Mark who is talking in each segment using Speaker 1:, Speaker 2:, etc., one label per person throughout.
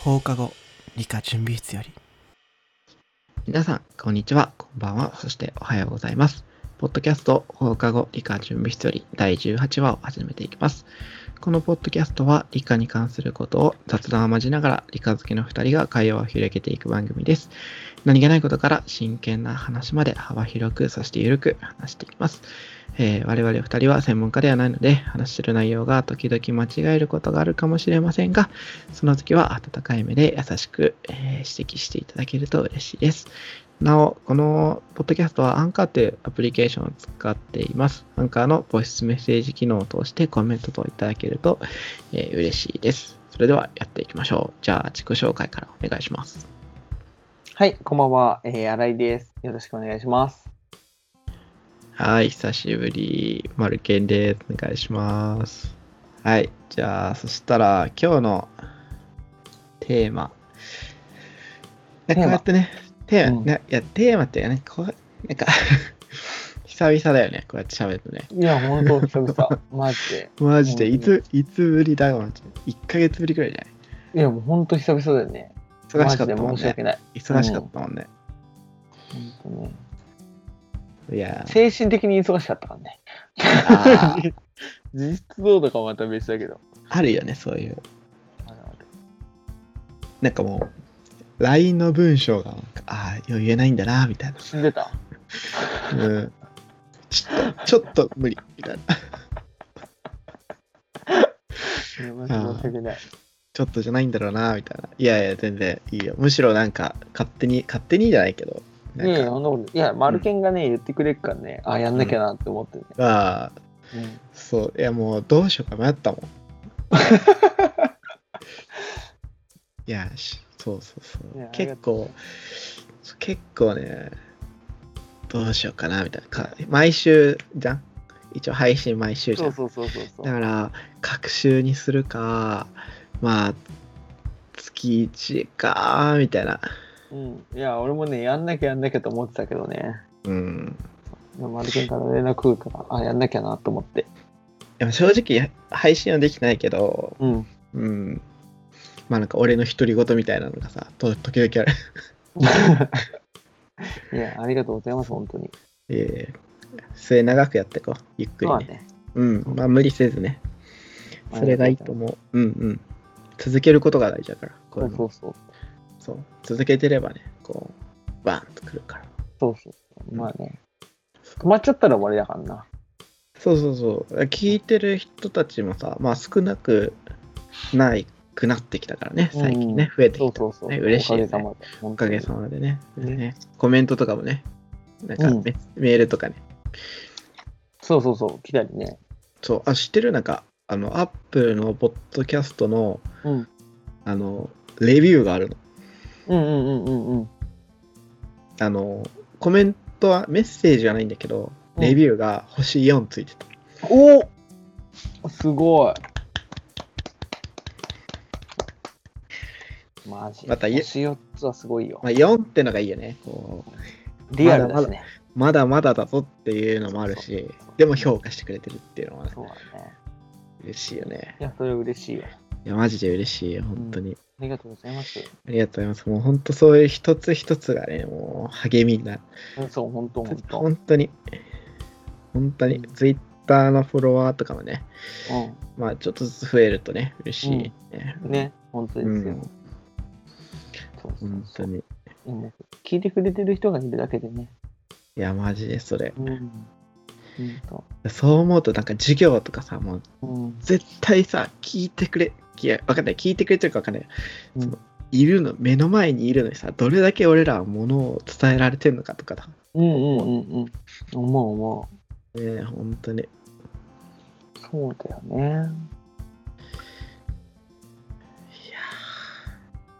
Speaker 1: 放課後理科準備室より
Speaker 2: 皆さん、こんにちは、こんばんは、そしておはようございます。ポッドキャスト放課後理科準備室より第18話を始めていきます。このポッドキャストは理科に関することを雑談を交えながら理科好きの2人が会話を広げていく番組です。何気ないことから真剣な話まで幅広く、そして緩く話していきます。えー我々2人は専門家ではないので話している内容が時々間違えることがあるかもしれませんが、その時は温かい目で優しく、えー指摘していただけると嬉しいです。なお、このポッドキャストはアンカーというアプリケーションを使っています。アンカーのボイスメッセージ機能を通してコメント等いただけると、えー嬉しいです。それではやっていきましょう。じゃあ自己紹介からお願いします。
Speaker 3: はい、こんばんは、えー、新井です。よろしくお願いします。
Speaker 2: はい、久しぶり。マルケンです。お願いします。はい、じゃあそしたら今日のテーマ。ね、
Speaker 3: テ
Speaker 2: こ
Speaker 3: ーマ
Speaker 2: うやってね、テーマ、
Speaker 3: うん
Speaker 2: ねいや、テーマっていうかね、こう、なんか、 久々だよね、こうやって喋るとね。
Speaker 3: いや、ほんと、久々。 マジで。
Speaker 2: マジで、
Speaker 3: うん
Speaker 2: いつ、いつぶりだよ、マジで。1ヶ月ぶりくらいじゃない
Speaker 3: いや、もうほんと久々だよね。
Speaker 2: 忙しかった
Speaker 3: マジ
Speaker 2: も
Speaker 3: で
Speaker 2: ん
Speaker 3: 申し訳
Speaker 2: ね。
Speaker 3: ない。
Speaker 2: 忙しかったもんね。
Speaker 3: ほんとね
Speaker 2: いやー
Speaker 3: 精神的に忙しかったからね。
Speaker 2: あー
Speaker 3: 実質どうとかはまた別だけど。
Speaker 2: あるよね、そういう。
Speaker 3: あるある
Speaker 2: なんかもう、LINE の文章が、ああ、言えないんだな、みたいな。
Speaker 3: 死んでた。
Speaker 2: うん。ちょっと、ちょっと無理、みたいな。
Speaker 3: いやマジで申し訳ない。
Speaker 2: ちょっとじゃないんだろうな、みたいな。いやいや、全然いいよ。むしろなんか、勝手に、勝手にじゃないけど、
Speaker 3: いやい
Speaker 2: なん
Speaker 3: や、
Speaker 2: か、
Speaker 3: ほんなことない。いや、マルケンがね、言ってくれっからね、あ、やんなきゃなって思ってね。
Speaker 2: ああ、
Speaker 3: うん
Speaker 2: そう、いやもう、どうしようか迷 ったもん。いや、しそうそうそ
Speaker 3: いや
Speaker 2: う。
Speaker 3: ありが
Speaker 2: 結
Speaker 3: と
Speaker 2: 構、そう結構ね、どうしようかな、みたいな。か毎週じゃん一応配信毎週じゃ
Speaker 3: そ
Speaker 2: ん
Speaker 3: う。そうそうそうそう。
Speaker 2: だから、隔週にするか、まあ、月1か、みたいな。
Speaker 3: うん。いや、俺もね、やんなきゃやんなきゃと思ってたけどね。
Speaker 2: うん。
Speaker 3: マルケンから連絡来るから、あ、やんなきゃなと思って。
Speaker 2: でも正直、配信はできてないけど、
Speaker 3: うん。
Speaker 2: うん。まあなんか俺の独り言みたいなのがさ、と時々 ある。
Speaker 3: いや、ありがとうございます、本当に。
Speaker 2: ええ末長くやっていこう。ゆっくり
Speaker 3: まあ
Speaker 2: ね。
Speaker 3: ね。
Speaker 2: うん。まあ無理せずね。それがいいと思う。うんうん。続けることが大事だから。こう
Speaker 3: そ
Speaker 2: いううの
Speaker 3: そうそう。
Speaker 2: そう。続けてればね、こう、バーンとくるから。
Speaker 3: そうそう。まあね。止まっちゃったら終わりだからな。
Speaker 2: そうそうそう。聞いてる人たちもさ、まあ少なくないくなってきたからね、最近ね、
Speaker 3: う
Speaker 2: 増えて
Speaker 3: そ
Speaker 2: き
Speaker 3: う
Speaker 2: た。
Speaker 3: そうそう。
Speaker 2: ね嬉しいよね
Speaker 3: おかげさまで。お
Speaker 2: おかげさまでね
Speaker 3: ね
Speaker 2: ねコメントとかもね、なんか
Speaker 3: うん
Speaker 2: メ,、メールとかね。
Speaker 3: そうそうそう。来たりね。
Speaker 2: そう、あ、知ってるなんか、あの、アップルのポッドキャストの、
Speaker 3: うん。
Speaker 2: あの、レビューがあるの。
Speaker 3: うんうんうんうんうん。
Speaker 2: あの、コメントはメッセージじゃないんだけど、
Speaker 3: うん
Speaker 2: レビューが星4ついてた。
Speaker 3: おおすごい。マジ。
Speaker 2: また言え
Speaker 3: 星4つはすごいよ
Speaker 2: ま。あ、4ってのがいいよね。こう、
Speaker 3: リアルですね。
Speaker 2: まだまだだぞっていうのもあるし、でも評価してくれてるっていうのはね、
Speaker 3: そうだね。
Speaker 2: 嬉しいよね。
Speaker 3: いや、それ嬉しいよ。
Speaker 2: いや、マジで嬉しいよ、本当に。
Speaker 3: ありがとうございます。
Speaker 2: ありがとうございます。もう本当そういう一つ一つがね、もう励みになる。
Speaker 3: うんそう、本当本当。
Speaker 2: 本当に、本当に、ツイッターのフォロワーとかもね、まあちょっとずつ増えるとね、嬉しいね。
Speaker 3: うん。ね、本当
Speaker 2: う
Speaker 3: ですよ。
Speaker 2: ん、
Speaker 3: そうそうそう
Speaker 2: 本当に。い
Speaker 3: うんもう聞いてくれてる人がいるだけでね。
Speaker 2: や、マジでそれ。
Speaker 3: うん。うんと
Speaker 2: そう思うと、なんか授業とかさ、もう
Speaker 3: うん、
Speaker 2: 絶対さ、聞いてくれ、いや、わかんない、聞いてくれてるかわかんない。
Speaker 3: うん
Speaker 2: そのいるの、目の前にいるのにさ、どれだけ俺らはものを伝えられてるのかとかだ。
Speaker 3: うんうんうんうん。思う思
Speaker 2: ねえ、本当に。
Speaker 3: う。そうだよね。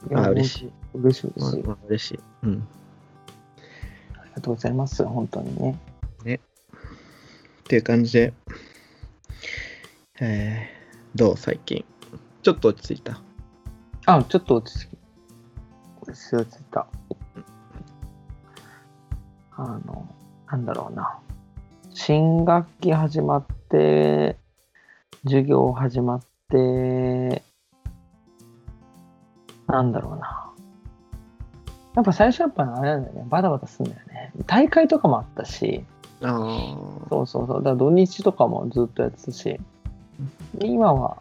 Speaker 3: い
Speaker 2: まあ嬉し
Speaker 3: い。嬉しい嬉
Speaker 2: まあ
Speaker 3: しい。
Speaker 2: まあ嬉しい。うん。
Speaker 3: ありがとうございます。本当にね。
Speaker 2: っていう感じで、えー、どう最近ちょっと落ち着いた
Speaker 3: あ、ちょっと落ち着き。落ち着いた。あの、なんだろうな。新学期始まって、授業始まって、なんだろうな。やっぱ最初やっぱあれなんだよね、バタバタするんだよね。大会とかもあったし、
Speaker 2: ああ。
Speaker 3: そうそうそう、だから土日とかもずっとやってたし、今は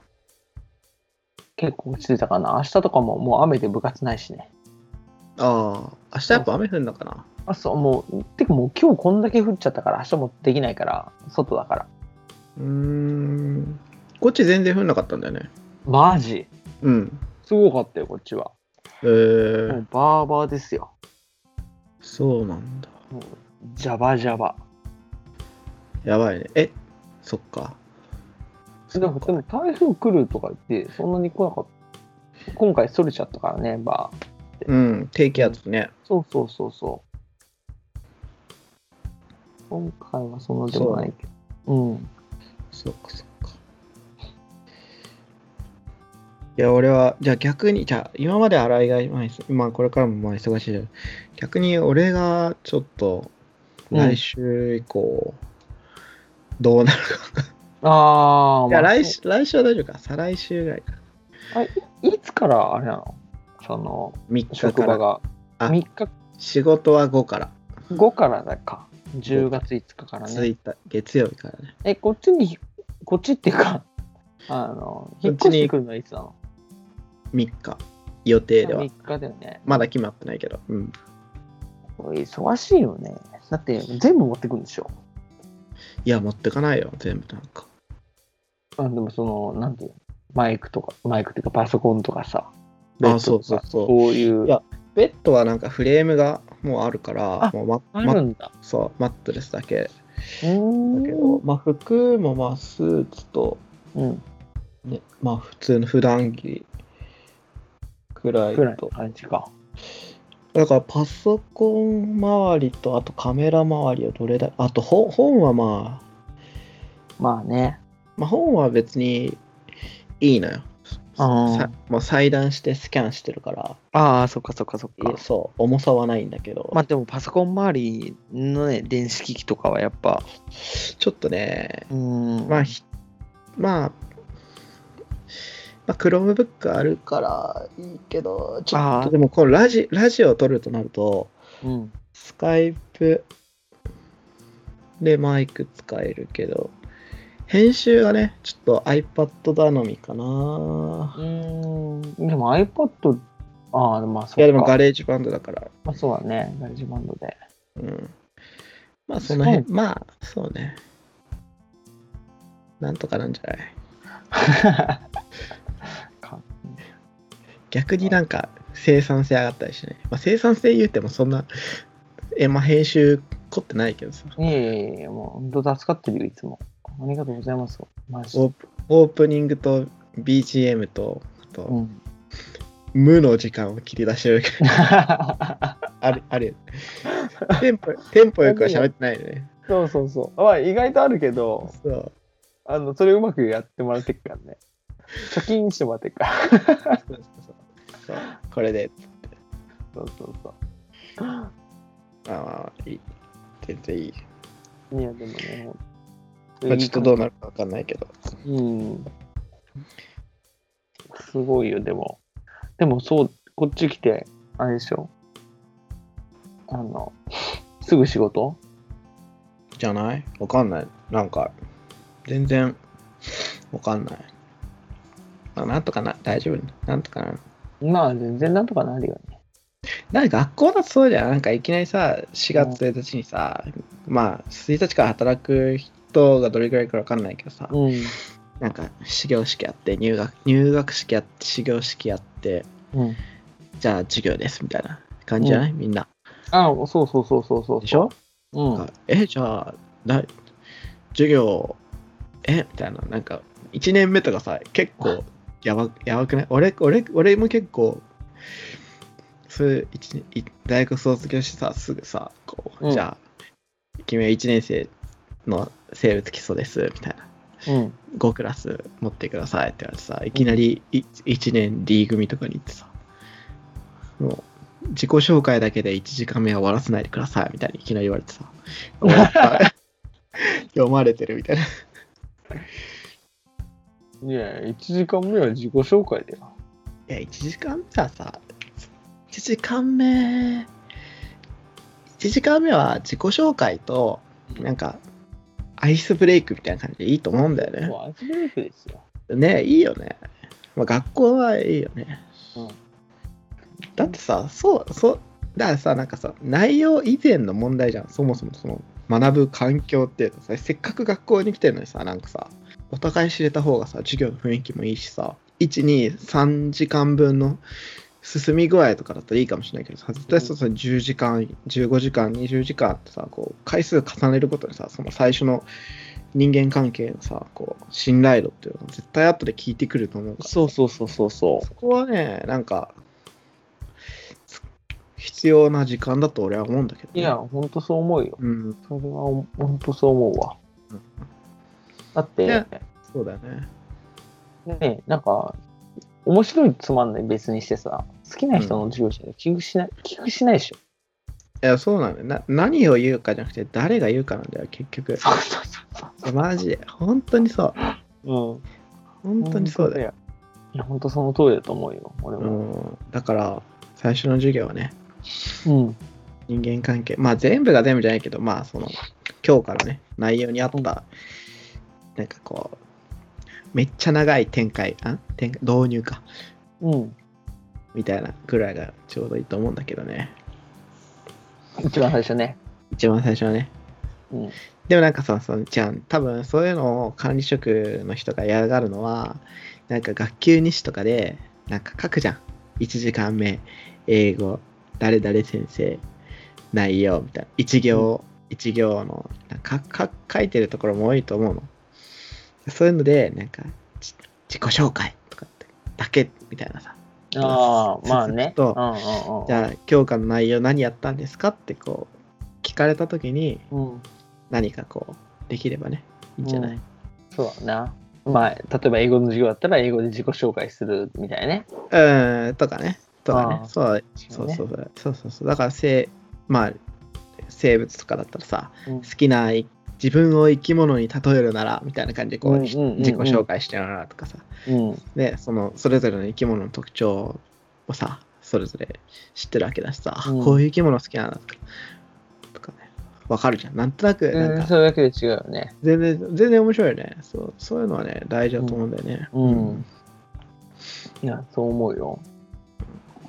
Speaker 3: 結構落ち着いたかな。明日とかももう雨で部活ないしね。
Speaker 2: ああ。明日やっぱ雨降るのかな
Speaker 3: あ、そう、もう、てかもう今日こんだけ降っちゃったから、明日もできないから、外だから。
Speaker 2: うーん。こっち全然降んなかったんだよね。
Speaker 3: マジ
Speaker 2: うん。
Speaker 3: すごかったよ、こっちは。
Speaker 2: えー
Speaker 3: もうバーバーですよ。
Speaker 2: そうなんだ。
Speaker 3: もう、ジャバジャバ。
Speaker 2: やばいね。えそっか。
Speaker 3: でも、でも台風来るとか言って、そんなに来なかった。今回、それちゃったからね、バー。
Speaker 2: うん。低気圧ね。
Speaker 3: そうそうそうそう。今回はそんなでもないけど。うん。
Speaker 2: そっかそっか。いや、俺は、じゃあ逆に、じゃあ今まで洗いが、まあ、まあこれからもまあ忙しいけど、逆に俺がちょっと、
Speaker 3: うん
Speaker 2: 来週以降、どうなるか。
Speaker 3: ああ、
Speaker 2: いや、
Speaker 3: まあ
Speaker 2: 来週、来週は大丈夫か。再来週ぐらいか。
Speaker 3: いつからあれなのその、
Speaker 2: 3日
Speaker 3: 職
Speaker 2: か
Speaker 3: 場
Speaker 2: ら。
Speaker 3: が。
Speaker 2: あ
Speaker 3: 3日
Speaker 2: 仕事は5から。
Speaker 3: 後からだか。10月5日からね。
Speaker 2: 1日、月曜日からね。
Speaker 3: え、こっちに、こっちっていうか、あの、引っ越してくるのはいつなの
Speaker 2: 3日。予定では
Speaker 3: ?3。日だよね。
Speaker 2: まだ決まってないけど。うん。
Speaker 3: これ忙しいよね。だって、全部持ってくんでしょ。
Speaker 2: いや、持ってかないよ、全部なんか。
Speaker 3: あでもその、なんていうのマイクとか、マイクっていうかパソコンとかさ、ベッ
Speaker 2: あ、
Speaker 3: ド
Speaker 2: そう
Speaker 3: と
Speaker 2: そう
Speaker 3: か
Speaker 2: そう。
Speaker 3: そういう。
Speaker 2: いやベッドはなんかフレームがもうあるから
Speaker 3: あ、
Speaker 2: もうマ
Speaker 3: あ
Speaker 2: マ
Speaker 3: るんだ。
Speaker 2: そうマットレスだけ
Speaker 3: うー
Speaker 2: だ
Speaker 3: ん
Speaker 2: けど、まあ、服もまあスーツと、
Speaker 3: うん。
Speaker 2: ね、まあ普通の普段着くらい
Speaker 3: ぐらいの
Speaker 2: と
Speaker 3: 感じか。
Speaker 2: だからパソコン周りとあとカメラ周りはどれだあと本本はまあ、
Speaker 3: まあね。
Speaker 2: まあ、本は別にいいのよ
Speaker 3: あー
Speaker 2: さもう裁断してスキャンしてるから
Speaker 3: ああ、そっかそっかそっ
Speaker 2: いやそう重さはないんだけど、
Speaker 3: あでもパソコン周りのね、電子機器とかはやっぱ、
Speaker 2: ちょっとね
Speaker 3: うーん
Speaker 2: まあ、ひまあ、まあ、Chromebook あるからいいけど、ちょっ
Speaker 3: あ
Speaker 2: と
Speaker 3: ー
Speaker 2: でもこのラジラジオを撮るとなると、
Speaker 3: うん。
Speaker 2: スカイプでマイク使えるけど、編集がね、ちょっと iPad 頼みかな
Speaker 3: う。ーん。でも iPad、ああ、まあそっか。
Speaker 2: いや、でもガレージバンドだから、
Speaker 3: まあそうだね。ガレージバンドで。
Speaker 2: うん。まあ、その辺、
Speaker 3: そ
Speaker 2: まあ、そうね。なんとかなんじゃない
Speaker 3: か
Speaker 2: 逆になんか生産性上がったりしない、まあ、生産性言うてもそんなえ、まあ、編集凝ってないけどさ
Speaker 3: いえいえいえ、もう本当助かってるよ、いつも。ありがとうございます。マジ
Speaker 2: オ
Speaker 3: で。
Speaker 2: ープオープニングと BGM とあと、
Speaker 3: うん。
Speaker 2: 無の時間を切り出してる けどあるあるテンポテンポよくは喋ってないよね
Speaker 3: そうそうそう。まあ意外とあるけど、
Speaker 2: そう
Speaker 3: あの、それうまくやってもらってっからね。貯金してもらってっから。
Speaker 2: そうそうそうこれで
Speaker 3: そうそうそ
Speaker 2: ああいい全然いい、
Speaker 3: う。いや、でもね。
Speaker 2: まあ、ちょっとどう
Speaker 3: な
Speaker 2: なるか分かんないけど
Speaker 3: うん。すごいよ、でも。でもそう、こっち来て、あれでしょ。あの、すぐ仕事
Speaker 2: じゃないわかんない。なんか、全然、わかんない。まあ、なんとかな、大丈夫。なんとかな。
Speaker 3: まあ、全然なんとかなるよね。
Speaker 2: なんか学校だとそうじゃん。なんかいきなりさ、4月1日にさ、まあ、1日から働く人がどれぐらいかわかんないけどさ、
Speaker 3: う
Speaker 2: なんか、始業式やって、入学、入学式やって、始業式やって、
Speaker 3: ん。うん。
Speaker 2: じゃあ授業です、みたいな感じじゃない、みんな。
Speaker 3: あ、そうそうそうそうそう。
Speaker 2: でしょ
Speaker 3: うん。
Speaker 2: なんかえ、じゃあ、だ授業、えみたいな、なんか、1年目とかさ、結構やば、やばくない俺、俺、俺も結構、そういう一年い大学卒業してさ、すぐさ、こう、
Speaker 3: うん
Speaker 2: じゃあ、君は1年生の生物基礎です、みたいな。
Speaker 3: うん。
Speaker 2: 5クラス持ってくださいって言われてさ、いきなり1年 D 組とかに行ってさ、もう自己紹介だけで1時間目は終わらせないでくださいみたいにいきなり言われてさ、 終わった読まれてるみたいな。
Speaker 3: いや、1時間目は自己紹介だよ。
Speaker 2: いや、1時間目はさ、 1時間目、1時間目は自己紹介と、なんか、アイスブレイクみたいな感じでいいと思うんだよね。
Speaker 3: もうアイスブレイクですよ。
Speaker 2: ねいいよね。まあ、学校はいいよね。
Speaker 3: うん
Speaker 2: だってさ、そう、そう、だからさ、なんかさ、内容以前の問題じゃん。そもそもその、学ぶ環境っていうのさ、せっかく学校に来てるのにさ、なんかさ、お互い知れた方がさ、授業の雰囲気もいいしさ、1、2、3時間分の進み具合とかだったらいいかもしれないけどさ、絶対そうさ、10時間、15時間、20時間ってさ、こう、回数重ねることにさ、その最初の人間関係のさ、こう、信頼度っていうのは絶対後で聞いてくると思うから。
Speaker 3: そうそうそうそうそ
Speaker 2: そこはね、なんか、つ必要な時間だと俺は思うんだけど、
Speaker 3: う。いや、、ほんとそう思うよ。
Speaker 2: うん、
Speaker 3: それはほんとそう思うわ
Speaker 2: うん。
Speaker 3: だって、
Speaker 2: ねそうだよね。
Speaker 3: ねなんか、面白いつまんない別にしてさ、好きな人の授業者で聞くしない、聞くしないでしょ。
Speaker 2: いや、そうなのよな。何を言うかじゃなくて、誰が言うかなんだよ、結局。
Speaker 3: そうそうそう
Speaker 2: マジで。本当にそう。
Speaker 3: そう。うん。
Speaker 2: 本当にそうだよ。
Speaker 3: よ。いや、ほんとその通りだと思うよ、俺
Speaker 2: う
Speaker 3: も。
Speaker 2: ん、だから、最初の授業はね、
Speaker 3: うん。
Speaker 2: 人間関係、まあ全部が全部じゃないけど、まあその、今日からね、内容にあった、なんかこう、めっちゃ長い展開、あ展開導入か。
Speaker 3: うん。
Speaker 2: みたいなぐらいがちょうどいいと思うんだけどね。
Speaker 3: 一番最初ね。
Speaker 2: 一番最初はね。
Speaker 3: うん。
Speaker 2: でもなんかさ、そのじゃん、多分そういうのを管理職の人が嫌がるのは、なんか学級日誌とかで、なんか書くじゃん。1時間目、英語、誰々先生、内容みたいな。一行、一行の、なんかか書いてるところも多いと思うの。そういうので、なんか、じ自己紹介とかって、だけみたいなさ。
Speaker 3: ああ、まあね。
Speaker 2: そう
Speaker 3: うんうんうん。
Speaker 2: じゃあ、教科の内容何やったんですかってこう、聞かれたときに、
Speaker 3: うん。
Speaker 2: 何かこうできればねいいんじゃない、
Speaker 3: うんそうだな。まあ、例えば英語の授業だったら英語で自己紹介するみたいなね。
Speaker 2: うん、とかねとかね
Speaker 3: ああ
Speaker 2: そうそうそうそうそうそうそうだから生まあ生物とかだったらさ
Speaker 3: うん
Speaker 2: 好きな自分を生き物に例えるならみたいな感じでこう、
Speaker 3: うんうんうんうん
Speaker 2: 自己紹介してならとかさ
Speaker 3: うん。
Speaker 2: でそのそれぞれの生き物の特徴をさそれぞれ知ってるわけだしさ、あ
Speaker 3: うん
Speaker 2: こういう生き物好きなんだとかとかねわかるじゃんなんとなくなん
Speaker 3: うん
Speaker 2: か
Speaker 3: それだけで違うよね。
Speaker 2: 全然、全然面白いよねそうそういうのはね大事だと思うんだよね
Speaker 3: うんうんいや、そう思うよ。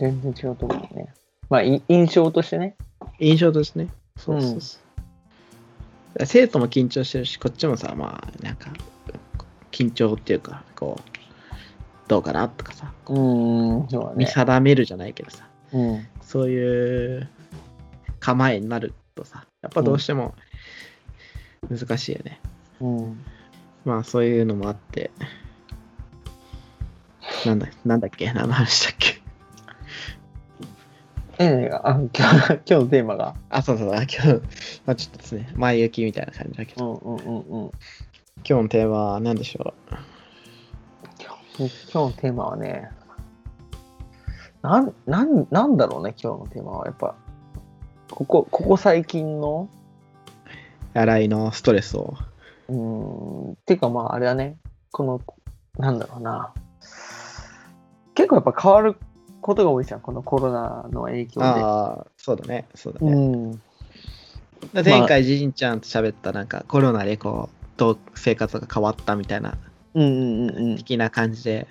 Speaker 3: 全然違うと思うね。まあ、い印象としてね。
Speaker 2: 印象ですね。そううんそうそう生徒も緊張してるし、こっちもさ、まあ、なんか、緊張っていうか、こう、どうかなとかさ、
Speaker 3: うーん、そうだ
Speaker 2: 見
Speaker 3: ね。
Speaker 2: 定めるじゃないけどさ、
Speaker 3: うん。
Speaker 2: そういう構えになるとさ、やっぱどうしても難しいよね。
Speaker 3: うん。
Speaker 2: まあ、そういうのもあって、なんだなんだっけ何の話だっけ
Speaker 3: ええ、あ、今日、今日のテーマが。
Speaker 2: あ、そうそう、あ今日、まあ、ちょっとですね、前行きみたいな感じだけ
Speaker 3: う
Speaker 2: ど、
Speaker 3: んうんうんうん。
Speaker 2: 今日のテーマは何でしょう
Speaker 3: 今日のテーマはね、なん、なん、なんだろうね、今日のテーマは。やっぱ、ここ、ここ最近の、
Speaker 2: 洗いのストレスを。
Speaker 3: うーん、っていうかまあ、あれだね、この、なんだろうな。結構やっぱ変わることが多いじゃん、このコロナの影響
Speaker 2: ああ、そうだね、そうだ
Speaker 3: で。う
Speaker 2: ね。
Speaker 3: ん。
Speaker 2: だから前回、じいちゃんと喋った、なんかコロナでこう、どう生活が変わったみたいな、
Speaker 3: うんうんうんうん。
Speaker 2: 的な感じで、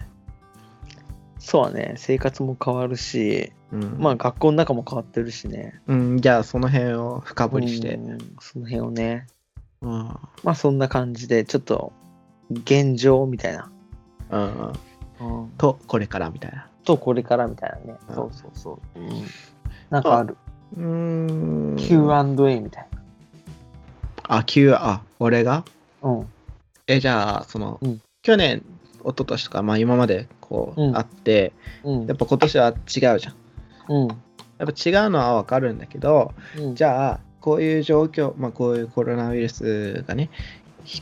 Speaker 3: そうだね、生活も変わるし、
Speaker 2: うん、
Speaker 3: まあ、学校の中も変わってるしね。
Speaker 2: うん、じゃあその辺を深掘りして、
Speaker 3: うんその辺をね、
Speaker 2: うん、
Speaker 3: まあそんな感じで、ちょっと、現状みたいな。
Speaker 2: うん、
Speaker 3: うん
Speaker 2: と、これからみたいな。
Speaker 3: とこれからみたいなね。
Speaker 2: うん
Speaker 3: そうそうそう。うん、なんかある。
Speaker 2: うーん。
Speaker 3: Q&A みたい
Speaker 2: あ、Q、あ、俺が
Speaker 3: な。うん。
Speaker 2: え、じゃあ、その、
Speaker 3: うん
Speaker 2: 去年、一昨年とか、まあ今までこう、
Speaker 3: うん
Speaker 2: あって、
Speaker 3: うん
Speaker 2: やっ。ぱ今年は違うじゃん。
Speaker 3: うん。
Speaker 2: やっぱ違うのはわかるんだけど、
Speaker 3: うん
Speaker 2: じゃあこういう状況、まあ、こういうコロナウイルスがね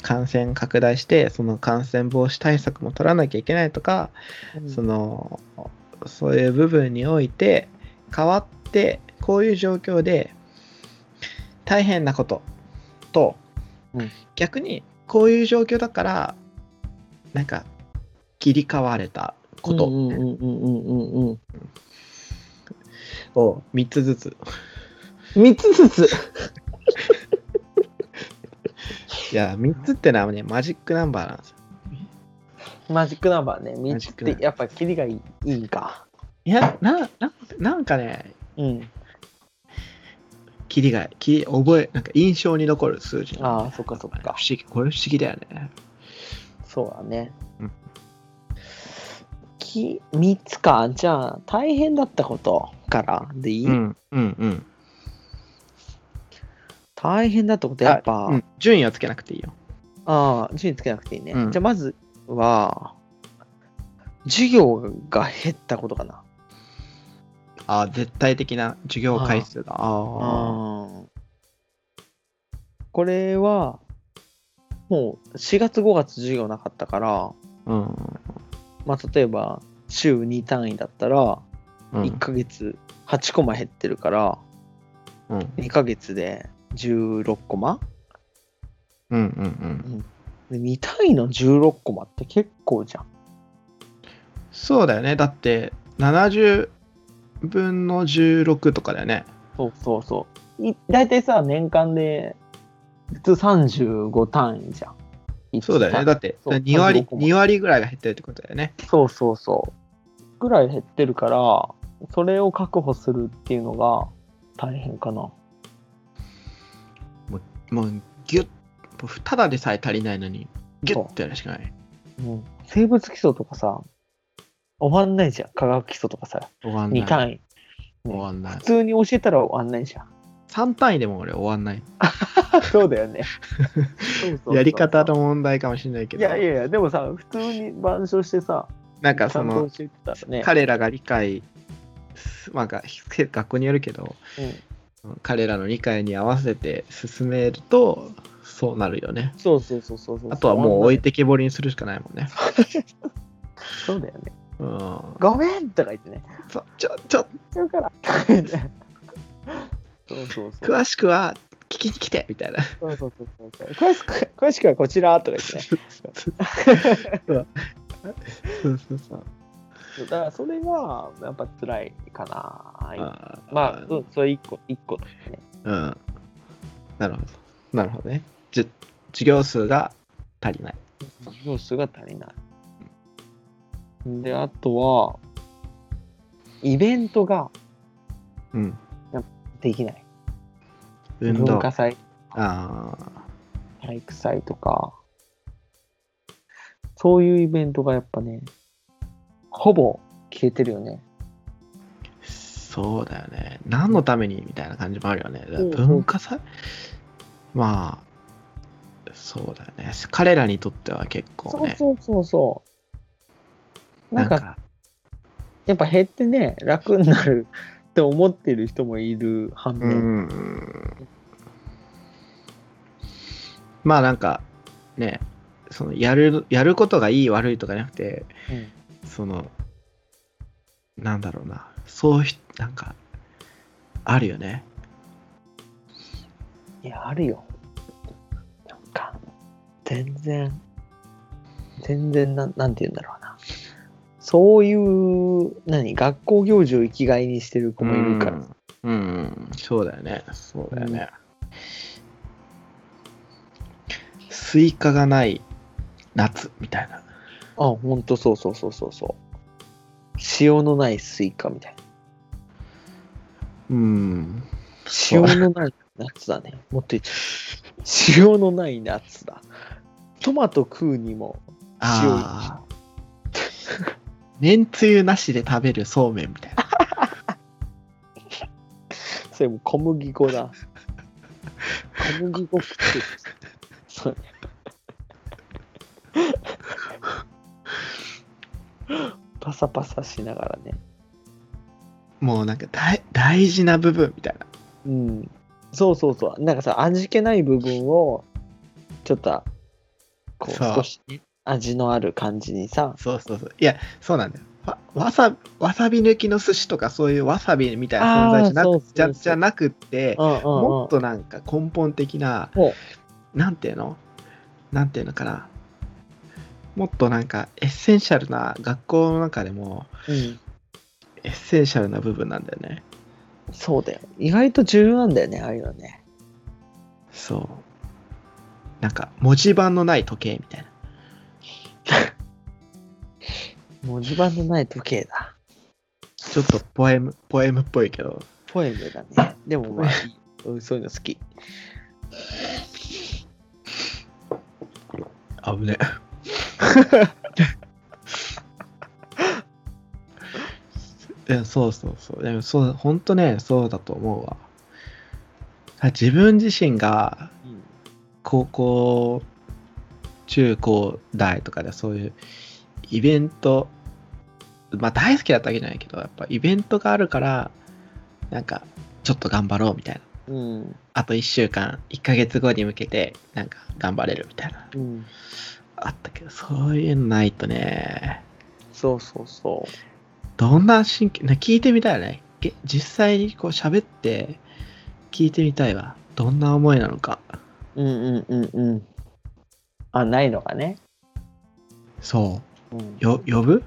Speaker 2: 感染拡大してその感染防止対策も取らなきゃいけないとか、
Speaker 3: うん
Speaker 2: そのそういう部分において変わってこういう状況で大変なことと、
Speaker 3: うん
Speaker 2: 逆にこういう状況だからなんか切り替われたこと、
Speaker 3: うんうんうんうんうんうん。
Speaker 2: を3つずつ。
Speaker 3: 3つずつ。
Speaker 2: いや、3つってのはね、マジックナンバーなんですよ。
Speaker 3: マジックナンバーね。
Speaker 2: マ
Speaker 3: 3
Speaker 2: ジ
Speaker 3: つ
Speaker 2: ッ
Speaker 3: っ
Speaker 2: クナンバー
Speaker 3: てやっぱキリがいいいいか。
Speaker 2: いや、な、ななんかね、
Speaker 3: うん。
Speaker 2: キリが、キリ、覚え、なんか印象に残る数字なんだよね、
Speaker 3: ああそっかそっか
Speaker 2: 不思議、これ不思議だよね。
Speaker 3: そうだね
Speaker 2: うん。
Speaker 3: き3つか。じゃあ、大変だったことからでいい、
Speaker 2: うん、うん、うん。
Speaker 3: 大変だったことやっぱ、あ、
Speaker 2: うん順位はつけなくていいよ。
Speaker 3: あー、順位つけなくていいね。
Speaker 2: うん
Speaker 3: じゃあ、まずは、授業が減ったことかな。
Speaker 2: ああ、絶対的な授業回数だ。ああ。
Speaker 3: うんこれは、もう4月5月授業なかったから、
Speaker 2: うん。
Speaker 3: まあ、例えば週2単位だったら、
Speaker 2: うん
Speaker 3: 1ヶ月8コマ減ってるから、
Speaker 2: うん
Speaker 3: 2ヶ月で16コマ
Speaker 2: うんうんうん。
Speaker 3: で ?2 単位の16コマって結構じゃん。
Speaker 2: そうだよね。だって、70分の16とかだよね。
Speaker 3: そうそうそう。い大体さ、年間で普通35単位じゃん。一
Speaker 2: そうだよね。だって、
Speaker 3: そう
Speaker 2: 2割、
Speaker 3: 35個も
Speaker 2: 2割ぐらいが減ってるってことだよね。
Speaker 3: そうそうそう。ぐらい減ってるから、それを確保するっていうのが大変かな。
Speaker 2: もう、ぎゅっ、ただでさえ足りないのに、ぎゅってやるしかない。
Speaker 3: うん、生物基礎とかさ、終わんないじゃん。科学基礎とかさ、
Speaker 2: 終わん
Speaker 3: 2
Speaker 2: ない。
Speaker 3: 単位。
Speaker 2: 終わんない
Speaker 3: 普。通に教えたら終わんない じゃん。
Speaker 2: 3単位でも俺終わんない。
Speaker 3: そうだ よね。そうそうそう
Speaker 2: やり方の問題かもしれないけ
Speaker 3: い
Speaker 2: ど、
Speaker 3: やいやいや、でもさ、普通に板書してさ、
Speaker 2: なんか
Speaker 3: ちゃ
Speaker 2: そ
Speaker 3: んと
Speaker 2: の、
Speaker 3: 教えてたらね。
Speaker 2: 彼らが理解す、まあ、が学校によるけど、
Speaker 3: うん
Speaker 2: 彼らの理解に合わせて進めると、そうなるよね。
Speaker 3: そうそうそうそうそう。
Speaker 2: あとはもう置いてけぼりにするしかないもんね。
Speaker 3: そうだよね。
Speaker 2: うん。
Speaker 3: ごめんとか言ってね。
Speaker 2: ちょ、ちょ、ちょ
Speaker 3: だから。そう そうそう。
Speaker 2: 詳しくは聞きに来てみたいな。
Speaker 3: そうそうそうそう詳しく詳しくはこちらとか言ってね。
Speaker 2: そうそうそう。
Speaker 3: そうだからそれはやっぱ辛いかな。
Speaker 2: あー
Speaker 3: まあ、うん、それ一個、一個だね。
Speaker 2: うん。なるほど。なるほどね。じゅ授業数が足りない。
Speaker 3: 要素が足りない。で、あとは、イベントが
Speaker 2: うん。
Speaker 3: できない。
Speaker 2: 運
Speaker 3: 文
Speaker 2: 動。
Speaker 3: 化
Speaker 2: あ
Speaker 3: 祭、
Speaker 2: あ
Speaker 3: 体育祭とか、そういうイベントがやっぱね、ほぼ消えてるよね。
Speaker 2: ー。そうだよね。何のためにみたいな感じもあるよね。
Speaker 3: うん
Speaker 2: 文化祭まあ、そうだよね。彼らにとっては結構
Speaker 3: そう
Speaker 2: ね。
Speaker 3: そうそうそう。なんか、やっぱ減ってね、楽になる って思ってる人もいる反
Speaker 2: う
Speaker 3: 面、
Speaker 2: んまあなんかねそのやるやることがいい悪いとかじゃなくて
Speaker 3: うん
Speaker 2: そのなんだろうなそうひなんかあるよね
Speaker 3: いや、あるよ。なんか、全然、全然なん、なんて言うんだろうな。そういう、何、学校行事を生きがいにしてる子もいるから。
Speaker 2: うん、うんそうだよねそうだよね、スイカがない夏みたいな
Speaker 3: あ、ほんとそうそうそうそうそう。塩のないスイカみたいな。
Speaker 2: うん
Speaker 3: 塩のない夏だ ね。もっと言っちゃう。塩のない夏だ。トマト食うにも
Speaker 2: ああ。めんつゆなしで食べるそうめんみたいな。
Speaker 3: それも小麦粉だ。小麦粉食ってる。そう パサパサしながらね。
Speaker 2: もうなんか大大事な部分みたいな。
Speaker 3: うん。そうそうそう。なんかさ、味気ない部分を、ちょっと、こう、
Speaker 2: そう
Speaker 3: 少し味のある感じにさ。
Speaker 2: そうそうそう。いや、そうなんだよ。わわさわさび抜きの寿司とかそういうわさびみたいな存在じゃな
Speaker 3: あーそう
Speaker 2: く
Speaker 3: そう
Speaker 2: じゃ
Speaker 3: そう
Speaker 2: じゃなくって、
Speaker 3: うんうんうん。
Speaker 2: もっとなんか根本的な
Speaker 3: ほ、
Speaker 2: なんていうのなんていうのかな。もっとなんかエッセンシャルな学校の中でも
Speaker 3: うん
Speaker 2: エッセンシャルな部分なんだよね。
Speaker 3: そうだよ。意外と重要なんだよね、ああいうのね。
Speaker 2: そう。なんか、文字盤のない時計みたいな。
Speaker 3: 文字盤のない時計だ。
Speaker 2: ちょっとポエム、ポエムっぽいけど、
Speaker 3: ポエムだね。でもまあ、いいうんそういうの好き。
Speaker 2: 危ね。 いやそうそうそう。でもそう、ほんとね、そうだと思うわ。あ自分自身が
Speaker 3: うん
Speaker 2: 高校、中高大とかでそういうイベント、まあ大好きだったわけじゃないけど、やっぱイベントがあるから、なんかちょっと頑張ろうみたいな。
Speaker 3: うん。
Speaker 2: あと1週間、1ヶ月後に向けて、なんか頑張れるみたいな。
Speaker 3: うん。
Speaker 2: あったけど、そういうのないとね、
Speaker 3: そうそうそう。
Speaker 2: どんな神経、な聞いてみたいね。げ実際にこう喋って、聞いてみたいわ。どんな思いなのか。
Speaker 3: うんうんうんうん。あ、ないのかね。
Speaker 2: そ
Speaker 3: うん
Speaker 2: う。。よ、呼ぶ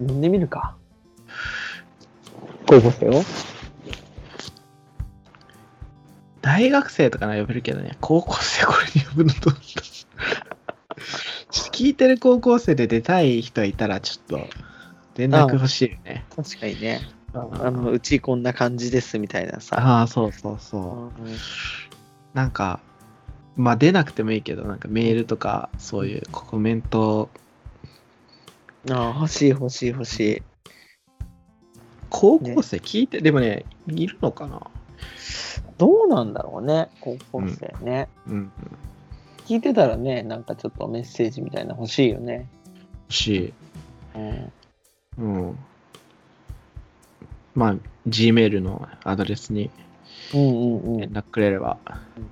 Speaker 3: 飲んでみるか。こういうことよ。
Speaker 2: 大学生とかなら呼べるけどね、高校生これに呼ぶのどうだちょっと聞いてる高校生で出たい人いたら、ちょっと、連絡欲しいよね。
Speaker 3: 確かにね。
Speaker 2: あ
Speaker 3: あの、うちこんな感じですみたいなさ。
Speaker 2: あー、そうそうそう。なんか、まあ出なくてもいいけど、なんかメールとか、そういうコメント、
Speaker 3: うんあ欲しい欲しい欲しい。
Speaker 2: 高校生聞いて、でもね、いるのかな
Speaker 3: どうなんだろうね、高校生ね。
Speaker 2: うん。
Speaker 3: 聞いてたらね、なんかちょっとメッセージみたいな欲しいよね。
Speaker 2: し、
Speaker 3: うん。
Speaker 2: うん。まあ、Gmail のアドレスに
Speaker 3: うんうんうん。
Speaker 2: 連絡くれれば、
Speaker 3: うん
Speaker 2: っ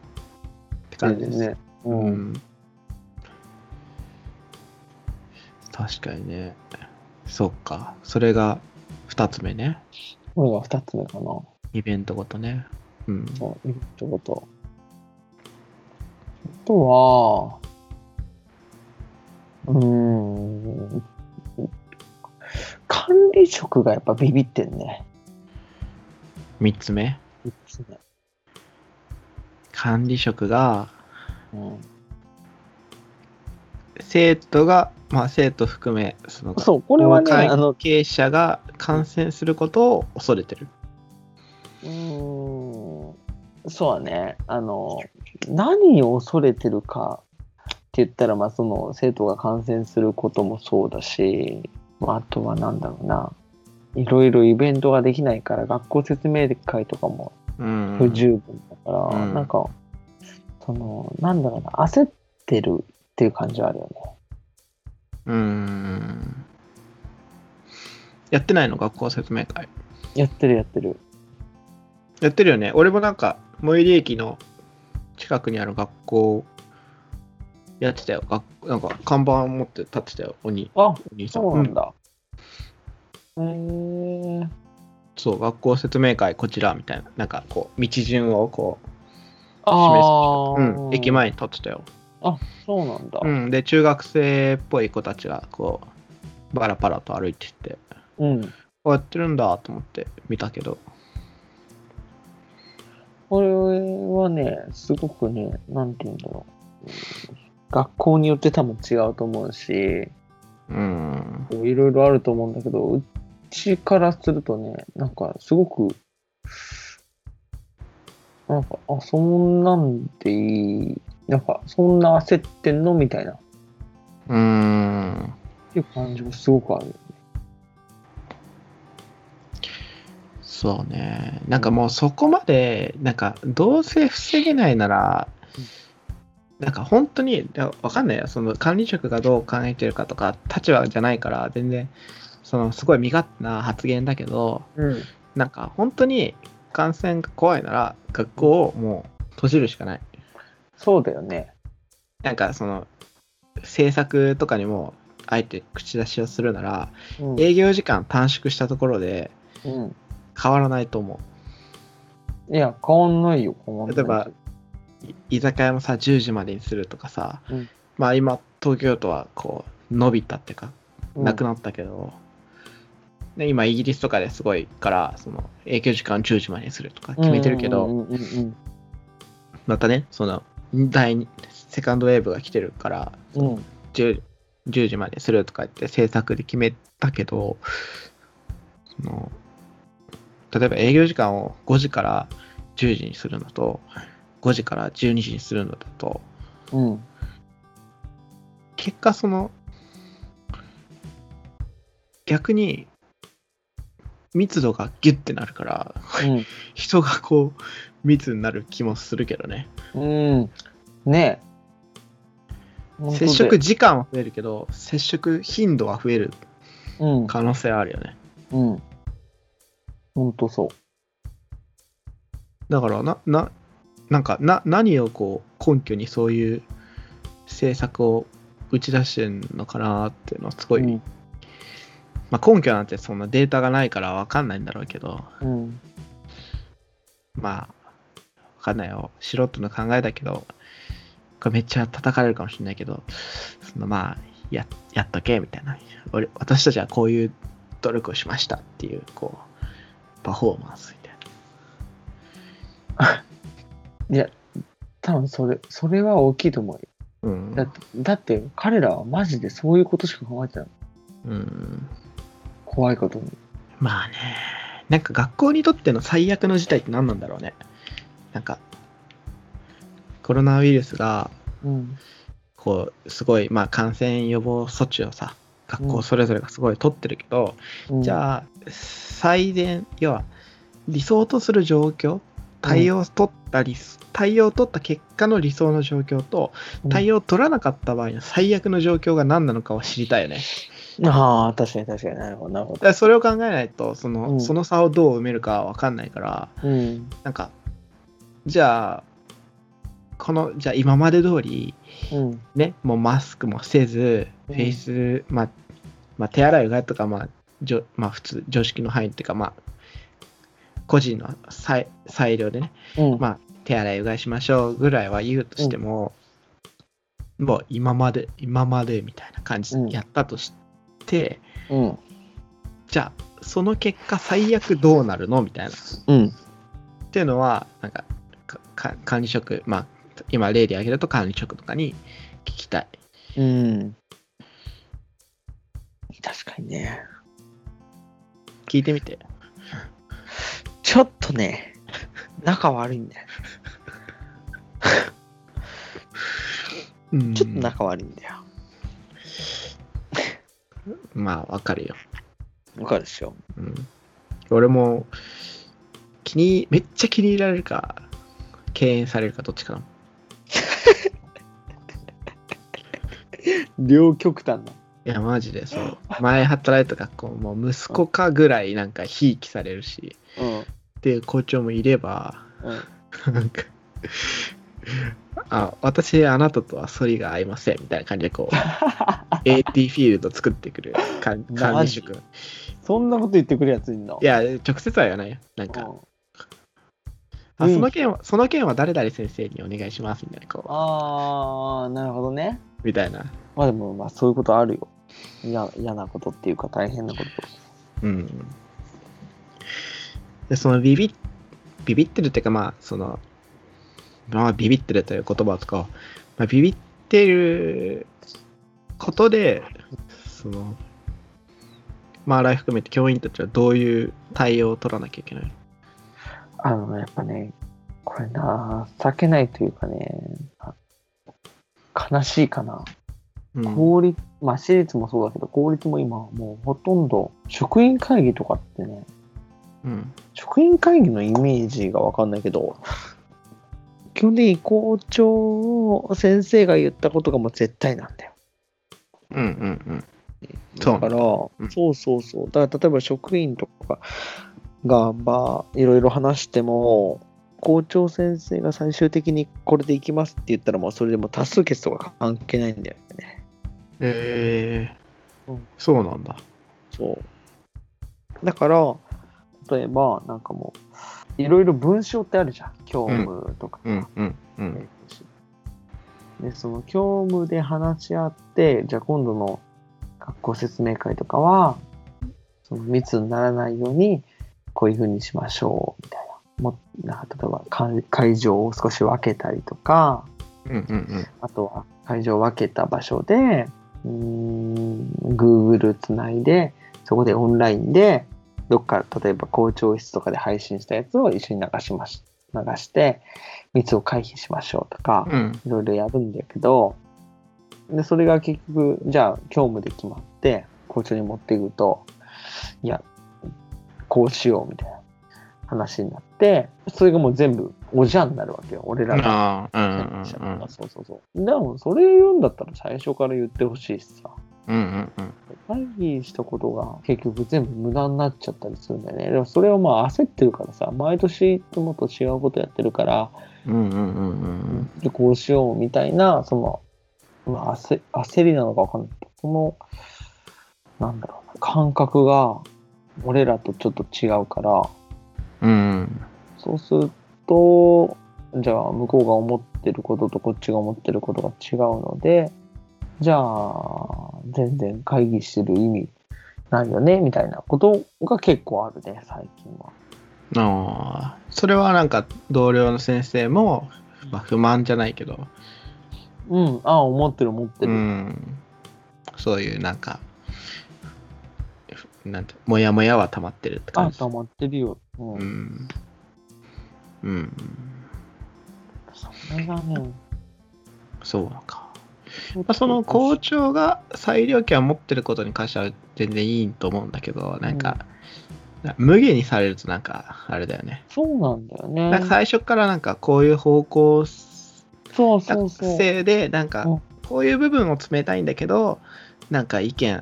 Speaker 2: て感じです。
Speaker 3: ね。う。
Speaker 2: うんん。確かにね。そっか。それが2つ目ね。
Speaker 3: これが二つ目かな。
Speaker 2: イベントごとね。うん。
Speaker 3: そう、いいってこと。あとは、うーん、管理職がやっぱビビってんね。
Speaker 2: 3つ目。
Speaker 3: いつね
Speaker 2: 管理職が
Speaker 3: うん、
Speaker 2: 生徒が、まあ、生徒含めその
Speaker 3: そう、これはね、あ
Speaker 2: 関
Speaker 3: の、
Speaker 2: 係者が感染することを恐れてる
Speaker 3: うーん、そうだね、あの、何を恐れてるかって言ったら、まあ、その、生徒が感染することもそうだし、まあ、あとはなんだろうな、いろいろイベントができないから、学校説明会とかも
Speaker 2: うん
Speaker 3: 不十分だから、
Speaker 2: うん
Speaker 3: なんかそのなんだろうな焦ってるっていう感じはあるよね
Speaker 2: うんやってないの学校説明会
Speaker 3: やってるやってる
Speaker 2: やってるよね俺もなんか最寄り駅の近くにある学校やってたよ学なんか看板持って立ってたよおに
Speaker 3: あ
Speaker 2: お兄さん
Speaker 3: そうなん
Speaker 2: うん
Speaker 3: だへ、えー、
Speaker 2: そう学校説明会こちらみたいななんかこう道順をこ
Speaker 3: あ
Speaker 2: う、
Speaker 3: あ、
Speaker 2: うん、駅前に立ってたよ
Speaker 3: そうなんだ
Speaker 2: うん、で中学生っぽい子たちがこうバラバラと歩いてって
Speaker 3: うん、
Speaker 2: こうやってるんだと思って見たけど
Speaker 3: これはねすごくねなんて言うんだろううん学校によって多分違うと思うし
Speaker 2: うん
Speaker 3: いろいろあると思うんだけど、うちからするとね、なんかすごく、なんか、あ、そんなんでいい、なんか、そんな焦ってんのみたいな、っ
Speaker 2: うん
Speaker 3: ていう感じがすごくある。
Speaker 2: そうねなんかもうそこまでなんかどうせ防げないならなんか本当にいやわかんないよその管理職がどう考えてるかとか立場じゃないから全然そのすごい身勝手な発言だけど
Speaker 3: うん。
Speaker 2: なんか本当に感染が怖いなら学校をもう閉じるしかない
Speaker 3: そうだよね。
Speaker 2: なんかその制作とかにもあえて口出しをするなら
Speaker 3: うん。
Speaker 2: 営業時間短縮したところで
Speaker 3: うん
Speaker 2: 変わらないと思
Speaker 3: いや、変わんないよ、変わん
Speaker 2: う
Speaker 3: ない。
Speaker 2: 例えば、い居酒屋もさ10時までにするとかさ、
Speaker 3: うん
Speaker 2: まあ今東京都はこう伸びたっていうか
Speaker 3: うん
Speaker 2: なくなったけど、ね今イギリスとかですごいからその営業時間10時までにするとか決めてるけど、
Speaker 3: うんうんうん
Speaker 2: またねその第2セカンドウェーブが来てるから
Speaker 3: うんうん
Speaker 2: 10, 10時までするとかって政策で決めたけどその例えば営業時間を5時から10時にするのと5時から12時にするのだと
Speaker 3: うん
Speaker 2: 結果その逆に密度がギュッてなるから人がこう密になる気もするけどね
Speaker 3: うんうんねえ
Speaker 2: 接触時間は増えるけど接触頻度は増える
Speaker 3: うん
Speaker 2: 可能性はあるよね
Speaker 3: うんほんとそう
Speaker 2: だからなななんかな何をこう根拠にそういう政策を打ち出してんのかなっていうのはすごい、
Speaker 3: うん
Speaker 2: まあ、根拠なんてそんなデータがないから分かんないんだろうけど
Speaker 3: うん
Speaker 2: まあ分かんないよ素人の考えだけどこれめっちゃ叩かれるかもしれないけどそのまあややっとけみたいな俺私たちはこういう努力をしましたっていうこうパフォーマンスみたいな。
Speaker 3: 多分それそれは大きいと思うよ
Speaker 2: うん
Speaker 3: だってだって彼らはマジでそういうことしか考えてない
Speaker 2: うん
Speaker 3: 怖いことに
Speaker 2: まあね、なんか学校にとっての最悪の事態って何なんだろうね。なんか、コロナウイルスが、
Speaker 3: うん
Speaker 2: こう、すごい、まあ感染予防措置をさ、学校それぞれがすごい取ってるけど、
Speaker 3: うん
Speaker 2: じゃあ、最善、要は、理想とする状況、対応を取ったり、対応を取った結果の理想の状況と、対応を取らなかった場合の最悪の状況が何なのかを知りたいよね。
Speaker 3: ああ、確かに確かになるほど、なるほ
Speaker 2: だか
Speaker 3: ど。
Speaker 2: らそれを考えないと、その、
Speaker 3: うん
Speaker 2: その差をどう埋めるかわかんないから、
Speaker 3: うん。
Speaker 2: なんか、じゃあ、この、じゃあ今まで通り、
Speaker 3: うん。
Speaker 2: ね、もうマスクもせず、
Speaker 3: う
Speaker 2: フ
Speaker 3: ん
Speaker 2: ェイス、まあ、まあ、手洗いうがいとか、まあ、じょまあ、普通、常識の範囲っていうか、まあ、個人の裁裁量でね、
Speaker 3: うん。
Speaker 2: まあ、手洗いうがいしましょうぐらいは言うとしても、もう今まで、今までみたいな感じ
Speaker 3: うん
Speaker 2: でやったとして、
Speaker 3: うん。
Speaker 2: じゃあ、その結果、最悪どうなるのみたいな。
Speaker 3: うん。
Speaker 2: っていうのはなんかかか管理職まあ今例で挙げると管理職とかに聞きたい
Speaker 3: うん。確かにね。
Speaker 2: 聞いてみて
Speaker 3: ちょっとね、仲悪いんだよ。
Speaker 2: うん
Speaker 3: ちょっと仲悪いんだよ。
Speaker 2: まあわかるよ、
Speaker 3: わかるでしょ。
Speaker 2: うん、俺も気にめっちゃ気に入られるか敬遠されるかどっちかな
Speaker 3: 両極端だ。
Speaker 2: いやマジでそう前働いた学校も息子かぐらいなんかひいきされるし
Speaker 3: う
Speaker 2: っていう校長もいれば
Speaker 3: ん。うん。
Speaker 2: なんかあ私あなたとは反りが合いませんみたいな感じでこう AT フィールド作ってくる管管理職い
Speaker 3: そんなこと言ってくるやついんのや、
Speaker 2: や直接は言わないよなん
Speaker 3: う
Speaker 2: か
Speaker 3: ん
Speaker 2: あ
Speaker 3: うん
Speaker 2: その件はその件は誰々先生にお願いしますみたいなこ
Speaker 3: ああ、なるほどね。
Speaker 2: うみたいな
Speaker 3: まあでも、まあそういうことあるよ。嫌嫌なことっていうか大変なこと。
Speaker 2: うんでそのビビっビビってるっていうかまあそのまあビビってるという言葉を使おう、まあ、ビビってることでそのまああらゆる含めて教員たちはどういう対応を取らなきゃいけないの
Speaker 3: あの、やっぱね、これな、避けないというかね、あ悲しいかな。
Speaker 2: うん
Speaker 3: 公立、まあ私立もそうだけど、公立も今、もうほとんど、職員会議とかってね、
Speaker 2: うん
Speaker 3: 職員会議のイメージがわかんないけど、基本的に校長を先生が言ったことがもう絶対なんだよ。
Speaker 2: うんうんそうな
Speaker 3: だ
Speaker 2: んだ
Speaker 3: から、
Speaker 2: ん
Speaker 3: そうそうそう。だから例えば職員とかが、まあ、いろいろ話しても、校長先生が最終的にこれでいきますって言ったら、もうそれでもう多数決とか関係ないんだよね。
Speaker 2: えー
Speaker 3: うん
Speaker 2: そうなんだ
Speaker 3: そう。だから、例えば、なんかもう、いろいろ文章ってあるじゃん。教務とか。
Speaker 2: うんうんうん
Speaker 3: で、その教務で話し合って、じゃあ今度の学校説明会とかは、その密にならないように、こういうふうにしましょう、みたいな。もなんか例えば会会場を少し分けたりとか、
Speaker 2: うんうんうん。
Speaker 3: あとは会場を分けた場所で、うーん、Google つないで、そこでオンラインで、どっか、例えば校長室とかで配信したやつを一緒に流しまし、流して、密を回避しましょうとか、
Speaker 2: うん。
Speaker 3: いろいろやるんだけど、で、それが結局、じゃあ、教務で決まって、校長に持っていくと、いや、こうしようみたいな話になって、それがもう全部おじゃんになるわけよ、俺らが。
Speaker 2: ああ、うんうんうん。
Speaker 3: そうそうそう。でも、それ言うんだったら最初から言ってほしいしさ。
Speaker 2: うんうん
Speaker 3: 会議したことが結局全部無駄になっちゃったりするんだよね。でもそれをまあ焦ってるからさ、毎年いつもと違うことやってるから、
Speaker 2: うん。うんうんうんうん
Speaker 3: でこうしようみたいなその、まあ、焦焦りなのか分かんないけどこのなんだろうな感覚が俺らとちょっと違うから
Speaker 2: うん。うん。
Speaker 3: そうするとじゃあ向こうが思ってることとこっちが思ってることが違うのでじゃあ全然会議してる意味ないよねみたいなことが結構あるね最近は。
Speaker 2: ああ。それはなんか同僚の先生も、まあ、不満じゃないけど、
Speaker 3: うんああ思ってる思って
Speaker 2: う
Speaker 3: る。
Speaker 2: ん、そういうなんかふなんてもやもやは溜まってるって
Speaker 3: あ
Speaker 2: 感
Speaker 3: あ
Speaker 2: じ
Speaker 3: 溜まってるよ。うん
Speaker 2: うん、うん、
Speaker 3: それがね
Speaker 2: そうなのか、まあ、その校長が裁量権を持ってることに関しては全然いいと思うんだけどなんか、な無下にされるとなんかあれだよね
Speaker 3: そうなんだよね。
Speaker 2: なんか最初からなんかこういう方向
Speaker 3: そうそうそう。
Speaker 2: 性でなんか
Speaker 3: うん
Speaker 2: こういう部分を詰めたいんだけどなんか意見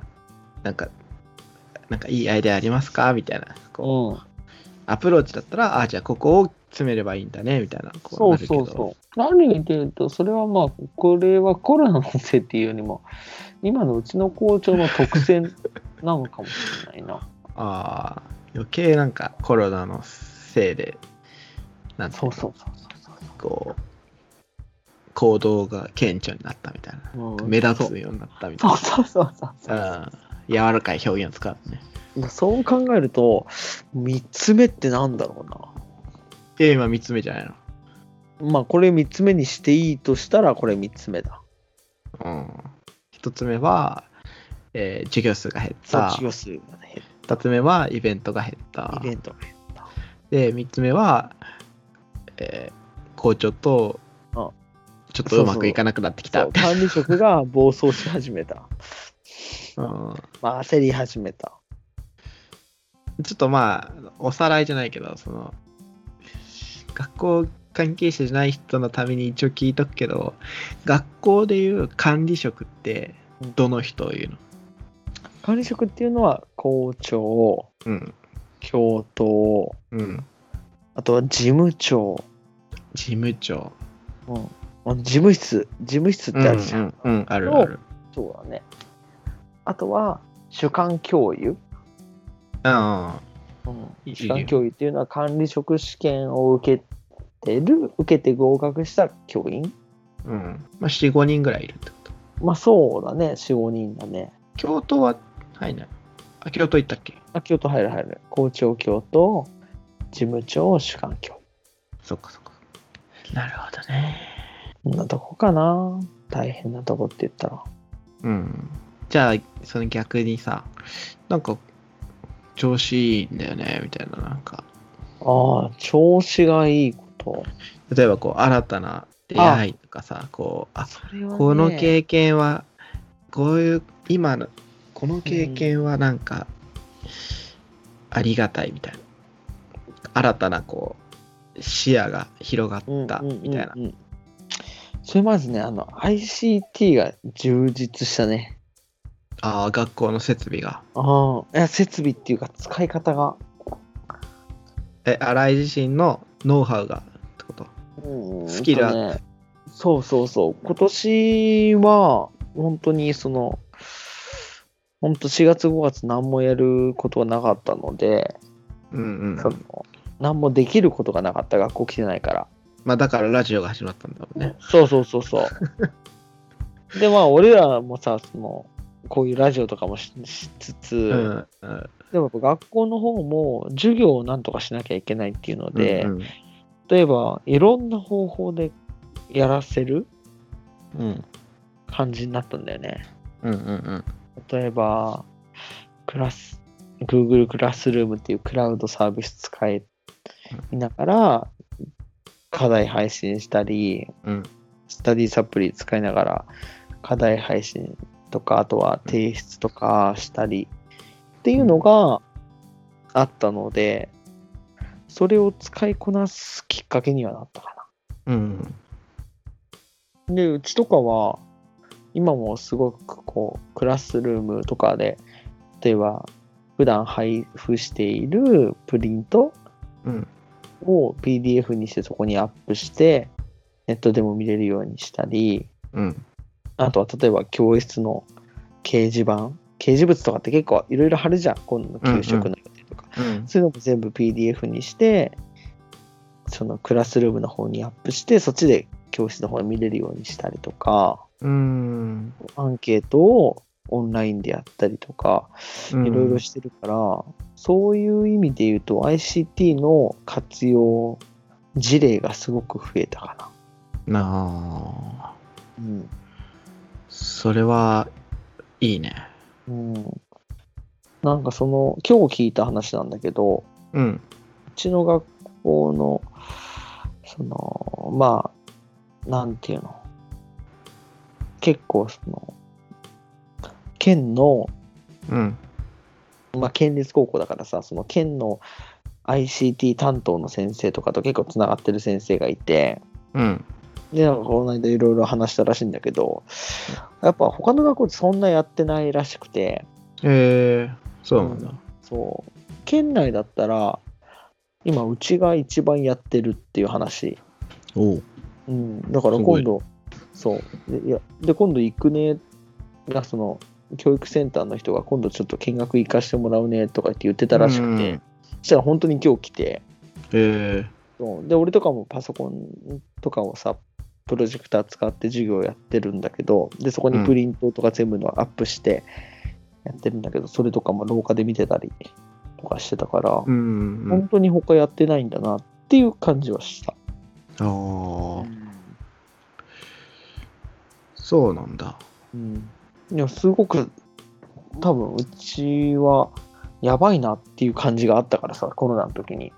Speaker 2: なんかなんかいいアイデアありますかみたいなこう
Speaker 3: うん、
Speaker 2: アプローチだったらあじゃあここを詰めればいいんだねみたいなこ
Speaker 3: そう
Speaker 2: な
Speaker 3: う
Speaker 2: るけど
Speaker 3: そうそう。何に言ってると、それはまあ、これはコロナのせいっていうよりも、今のうちの校長の特選なのかもしれないな。
Speaker 2: ああ余計なんかコロナのせいでなんてい
Speaker 3: そうう
Speaker 2: の
Speaker 3: そうそうそう
Speaker 2: こう行動が顕著になったみたいな
Speaker 3: そう。うん
Speaker 2: 目立つようになったみたい
Speaker 3: そう
Speaker 2: な
Speaker 3: そうそうそうそう
Speaker 2: うん柔らかい表現を使うね
Speaker 3: そう考えると、三つ目ってなんだろう
Speaker 2: いや今3つ目じゃないの
Speaker 3: な。まあ、これ三つ目にしていいとしたら、これ三つ目だ。
Speaker 2: うん、1つ目は、えー授業数が減った
Speaker 3: 卒業数がね、
Speaker 2: 2つ目はイベントが減った
Speaker 3: イベントが減
Speaker 2: で3つ目は、えー校長と
Speaker 3: あ
Speaker 2: ちょっとうまくいかなくなってき
Speaker 3: ったそう管理職が暴走し始めた。
Speaker 2: うん
Speaker 3: まあ、焦り始めた。
Speaker 2: ちょっとまあおさらいじゃないけどその学校関係者じゃない人のために一応聞いとくけど学校でいう管理職ってどの人を言うの
Speaker 3: 管理職っていうのは校長
Speaker 2: うん
Speaker 3: 教頭
Speaker 2: うん
Speaker 3: あとは事務長、
Speaker 2: 事務長
Speaker 3: うんあ事務室事務室ってあるじゃん、
Speaker 2: うんうんうんあるある
Speaker 3: そうだねあとは主幹教諭、
Speaker 2: うん
Speaker 3: うん、
Speaker 2: い
Speaker 3: 主幹教諭っていうのは管理職試験を受けてる受けて合格した教員
Speaker 2: うん。まあ、4、5人ぐらいいるってこと。
Speaker 3: まあそうだね45人だね
Speaker 2: 京都は入んない。あ、京都行ったっけ
Speaker 3: あ教頭入る入る校長教頭事務長主幹教
Speaker 2: そっかそっか。なるほどね。
Speaker 3: 諭こんなとこかな大変なとこって言ったら
Speaker 2: うん。じゃあ、その逆にさ、なんか、調子いいんだよね、みたいな、なんか。
Speaker 3: ああ調子がいいこと
Speaker 2: 例えば、こう、新たな出会いとかさ、こう、あ、
Speaker 3: それはね
Speaker 2: この経験は、こういう、今の、この経験はなんか、ありがたいみたいな。新たな、こう、視野が広がった、みたいな
Speaker 3: うん。うんうんそれまずねあの ICT が充実したね
Speaker 2: ああ、学校の設備が。
Speaker 3: ああいや設備っていうか使い方が、
Speaker 2: え、新井自身のノウハウがってこと。
Speaker 3: うん
Speaker 2: スキルアップ
Speaker 3: えっとねそうそうそう今年は本当にその本当4月5月何もやることがなかったので、
Speaker 2: うんうん
Speaker 3: そ。の何もできることがなかった学校来てないから
Speaker 2: まあだからラジオが始まったんだもんね。
Speaker 3: そうそうそ うそう。で、まあ、俺らもさ、その、こういうラジオとかもししつつ、
Speaker 2: うん。うん
Speaker 3: でもやっぱ学校の方も授業をなんとかしなきゃいけないっていうので、
Speaker 2: うん
Speaker 3: 例えばいろんな方法でやらせる
Speaker 2: うん
Speaker 3: 感じになったんだよね。
Speaker 2: うんうん
Speaker 3: 例えば、クラス、Google クラスルームっていうクラウドサービス使いながら、課題配信したり、
Speaker 2: うん
Speaker 3: スタディサプリ使いながら、課題配信とか、あとは提出とかしたりっていうのがあったので、それを使いこなすきっかけにはなったかな。
Speaker 2: うん
Speaker 3: で、うちとかは、今もすごくこう、クラスルームとかで、例えば、普段配布しているプリント
Speaker 2: うん
Speaker 3: を PDF にしてそこにアップして、ネットでも見れるようにしたり、
Speaker 2: うん
Speaker 3: あとは例えば教室の掲示板、掲示物とかって結構いろいろ貼るじゃん、今度の給食の予定とか。
Speaker 2: うん
Speaker 3: そういうのも全部 PDF にして、そのクラスルームの方にアップして、そっちで教室の方に見れるようにしたりとか、
Speaker 2: うん
Speaker 3: アンケートをオンラインでやったりとか、
Speaker 2: うん
Speaker 3: いろいろしてるから、そういう意味で言うと ICT の活用事例がすごく増えたかな。
Speaker 2: なあ
Speaker 3: うん。
Speaker 2: それはいいね
Speaker 3: うん、なんかその、今日聞いた話なんだけど、
Speaker 2: うん
Speaker 3: うちの学校の、その、まあ、なんていうの、結構その、県の、
Speaker 2: うん
Speaker 3: まあ、県立高校だからさ、その県の ICT 担当の先生とかと結構つながってる先生がいて、
Speaker 2: うん
Speaker 3: で、なんかこの間いろいろ話したらしいんだけど、やっぱ他の学校ってそんなやってないらしくて、
Speaker 2: えー、そうなんだ
Speaker 3: そう、県内だったら、今うちが一番やってるっていう話
Speaker 2: おう
Speaker 3: うん、だから
Speaker 2: すご
Speaker 3: 今
Speaker 2: い
Speaker 3: 度、そう。で、いやで今度行くねが、その、教育センターの人が今度ちょっと見学行かしてもらうねとかって言ってたらしくて、
Speaker 2: うん
Speaker 3: そしたら本当に今日来て、
Speaker 2: え
Speaker 3: そうで、俺とかもパソコンとかをさ、プロジェクター使って授業やってるんだけど、で、そこにプリントとか全部のアップしてやってるんだけど、それとかも廊下で見てたりとかしてたから
Speaker 2: ー、う、んうん
Speaker 3: 本当に他やってないんだなっていう感じはした。
Speaker 2: ああそうなんだ
Speaker 3: うん、いやすごく多分うちはやばいなっていう感じがあったからさコロナの時に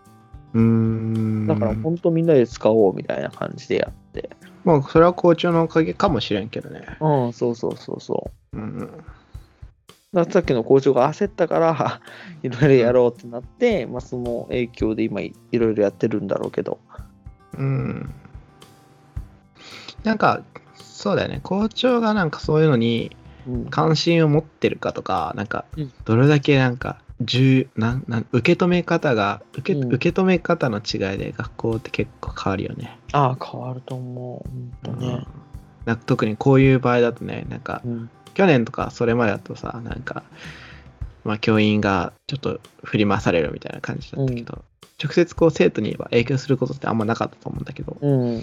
Speaker 2: うーん
Speaker 3: だから本当みんなで使おうみたいな感じでやって
Speaker 2: まあそれは校長のおかげかもしれんけどね
Speaker 3: うん、そうそうそうそ
Speaker 2: うんうん
Speaker 3: うだからさっきの校長が焦ったから いろいろやろうってなって、まあ、その影響で今いいろいろやってるんだろうけど
Speaker 2: うんなんかそうだよね校長がなんかそういうのに
Speaker 3: うん
Speaker 2: 関心を持ってるかとかなんか
Speaker 3: うん
Speaker 2: どれだけなんか重なんなん受け止め方が受け,、
Speaker 3: うん
Speaker 2: 受け止め方の違いで学校って結構変わるよね。
Speaker 3: ああ変わると思う本当ね、
Speaker 2: なんか特にこういう場合だとねなんか
Speaker 3: うん
Speaker 2: 去年とかそれまでだとさなんか、まあ、教員がちょっと振り回されるみたいな感じだったけど、直接こう生徒には影響することってあんまなかったと思うんだけど、
Speaker 3: うん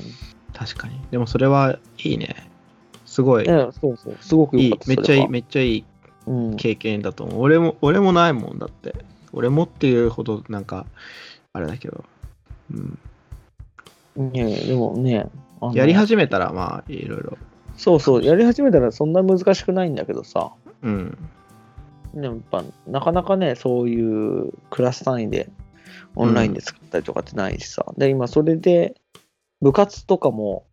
Speaker 2: 確かにでもそれはいいねすごい
Speaker 3: いやそうそうすごく
Speaker 2: い
Speaker 3: 良
Speaker 2: い
Speaker 3: かった
Speaker 2: めっちゃいい
Speaker 3: それは
Speaker 2: めっちゃいい
Speaker 3: うん
Speaker 2: 経験だと思う俺も俺もないもんだって俺もっていうほどなんかあれだけど、うん、
Speaker 3: いやいやでもねあの
Speaker 2: やり始めたらまあいろいろ
Speaker 3: そうそう、やり始めたらそんな難しくないんだけどさ、
Speaker 2: うん
Speaker 3: でもやっぱなかなかね、そういうクラス単位でオンラインで作ったりとかってないしさ、で、今それで部活とかも、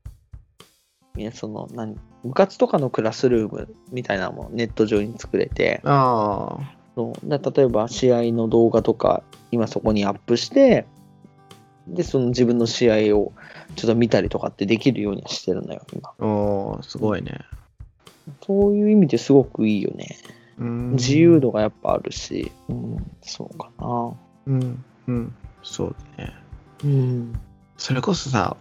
Speaker 3: いやその何部活とかのクラスルームみたいなのもネット上に作れて、
Speaker 2: ああ
Speaker 3: そうで例えば試合の動画とか今そこにアップしてでその自分の試合をちょっと見たりとかってできるようにはしてるんだよ今
Speaker 2: おーすごいね
Speaker 3: そういう意味ですごくいいよね
Speaker 2: うん
Speaker 3: 自由度がやっぱあるし、うん、そうかな。
Speaker 2: うんうんそうだね
Speaker 3: うん。
Speaker 2: それこそさ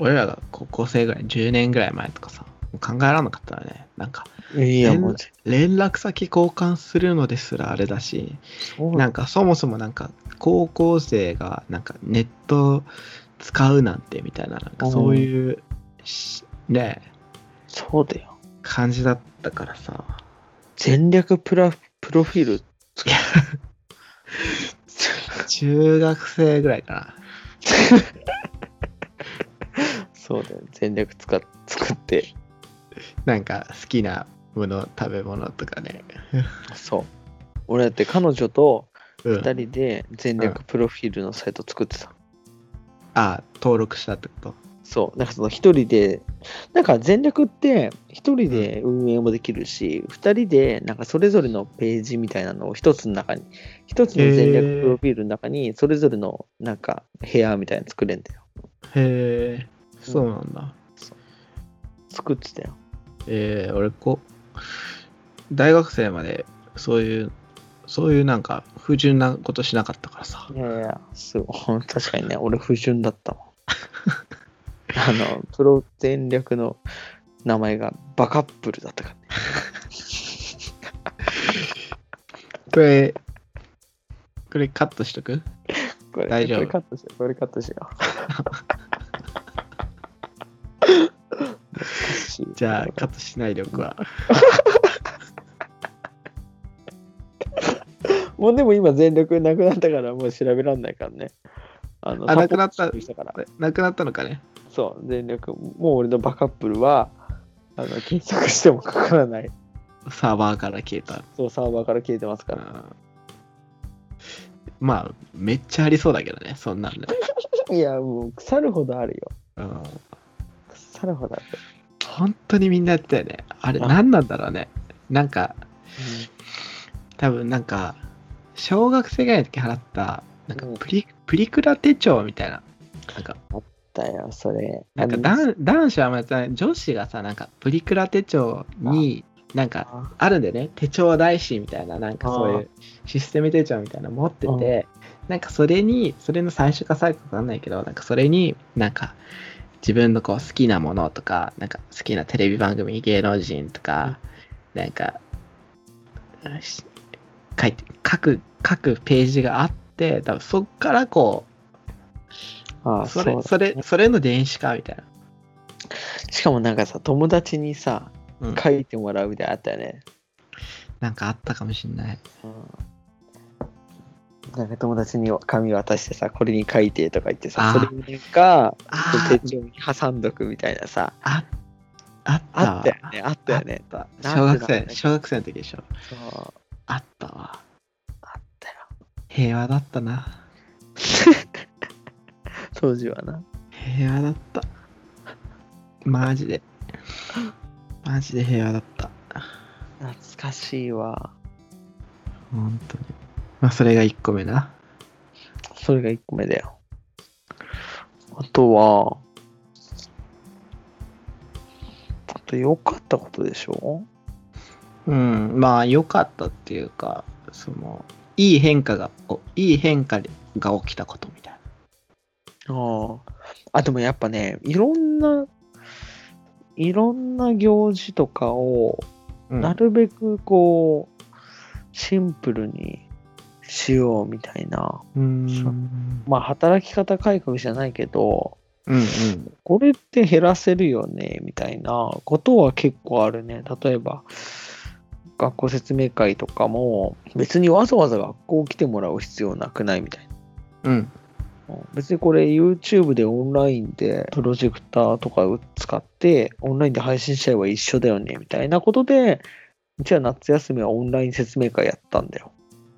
Speaker 2: 俺らが高校生ぐらい10年ぐらい前とかさもう考えられなかったよねなんか
Speaker 3: いや、
Speaker 2: 全
Speaker 3: もうぜ、
Speaker 2: 連絡先交換するのですらあれだし
Speaker 3: そう
Speaker 2: なんかそもそもなんか高校生がなんかネット使うなんてみたいななんかそういうしね
Speaker 3: そうだよ。
Speaker 2: 感じだったからさ
Speaker 3: 全略プラプロフィール作る。
Speaker 2: 中学生ぐらいかな。
Speaker 3: そうだよね全力使っ作って
Speaker 2: なんか好きなもの、食べ物とかね。
Speaker 3: そう俺だって彼女と
Speaker 2: うん。
Speaker 3: 2人で全
Speaker 2: う
Speaker 3: 力プロフィールのサイト作ってた、
Speaker 2: あ、登録したってこと
Speaker 3: そうなんかその1人でなんか全力って1人で運営もできるし2人でなんかそれぞれのページみたいなのを1つの中に1つの全
Speaker 2: へ
Speaker 3: 力
Speaker 2: ー
Speaker 3: プロフィールの中にそれぞれのなんか部屋みたいなの作れんだよ
Speaker 2: へえ、そうなんだ。
Speaker 3: 作ってたよ
Speaker 2: えー、俺こう、大学生までそういう、そういうなんか不純なことしなかったからさ。
Speaker 3: いやいや、すごい。確かにね、俺不純だったもん。 あの、プロ戦略の名前がバカップルだったからね。
Speaker 2: これ、これカットしとく
Speaker 3: これ
Speaker 2: 大丈夫
Speaker 3: これカットしよう。これカットしよ う。
Speaker 2: じゃあカ
Speaker 3: カ
Speaker 2: ットしないでおくわ。
Speaker 3: もうでも今全力なくなったからもう調べらんないからね。あの
Speaker 2: あなくなった
Speaker 3: サポートしてから
Speaker 2: あれなくなったのかね
Speaker 3: そう、全力。もう俺のバカップルはあの検索してもかからない。
Speaker 2: サーバーから消えた。
Speaker 3: そう、サーバーから消えてますから。
Speaker 2: うんまあ、めっちゃありそうだけどね、そんなんね。
Speaker 3: いや、もう腐るほどある
Speaker 2: う
Speaker 3: よ。
Speaker 2: ん、
Speaker 3: 腐るほどある。
Speaker 2: 本当にみんなやってたよね。あれ、
Speaker 3: あ
Speaker 2: 何なんだろうね。なんか、多分なんか小学生ぐらいの時払ったなんか
Speaker 3: うん
Speaker 2: プリ,、プリクラ手帳みたいななんか
Speaker 3: だよ、それ。
Speaker 2: なんか
Speaker 3: あの
Speaker 2: 男男子はあんまやってない女子がさなんかプリクラ手帳になんか
Speaker 3: あ
Speaker 2: あるんでね手帳大師みたいななんかそういうシステム手帳みたいなの持っててなんかそれにそれの最初か最後かわかんないけどなんかそれになんか自分のこう好きなものとかなんか好きなテレビ番組芸能人とかなんかし書いて書く書くページがあって多分そっからこ
Speaker 3: あ
Speaker 2: う
Speaker 3: そ
Speaker 2: そ
Speaker 3: れ
Speaker 2: れそれそれの電子化みたいな。
Speaker 3: しかもなんかさ、友達にさ、
Speaker 2: うん
Speaker 3: 書いてもらうみたいなのあったよね。
Speaker 2: なんかあったかもしんない。
Speaker 3: うんなんか友達に紙渡してさ、これに書いてとか言ってさ、
Speaker 2: あ
Speaker 3: それにか、
Speaker 2: あ
Speaker 3: 手
Speaker 2: ー
Speaker 3: 帳に挟んどくみたいなさ、
Speaker 2: ああったわ
Speaker 3: あったよね、あったよね。
Speaker 2: あった
Speaker 3: なん
Speaker 2: 小学
Speaker 3: なん
Speaker 2: 生
Speaker 3: だ
Speaker 2: 小学生の時でしょ
Speaker 3: そう、
Speaker 2: あ
Speaker 3: あ
Speaker 2: ったわ
Speaker 3: ったよ。
Speaker 2: 平和だったな
Speaker 3: 当時はな。
Speaker 2: 平和だったマジでマジで平和だった
Speaker 3: 懐かしいわ。
Speaker 2: 本当にまあそれが1個目な
Speaker 3: それが1個目だよ。あとは、あと良かったことでしょ
Speaker 2: うんまあ良かったっていうかそのいい変化がおいい変化が起きたことみたいな
Speaker 3: ああ。あ、でもやっぱね、いろんな、いろんな行事とかを、
Speaker 2: うん
Speaker 3: なるべくこう、シンプルにしようみたいな。
Speaker 2: うーん
Speaker 3: そうまあ、働き方改革じゃないけど、
Speaker 2: うんうん
Speaker 3: これって減らせるよね、みたいなことは結構あるね。例えば、学校説明会とかも、別にわざわざ学校来てもらう必要なくないみたいな。
Speaker 2: うん
Speaker 3: 別にこれ YouTube でオンラインでプロジェクターとかを使ってオンラインで配信しちゃえば一緒だよねみたいなことでうちは夏休みはオンライン説明会やったんだよ。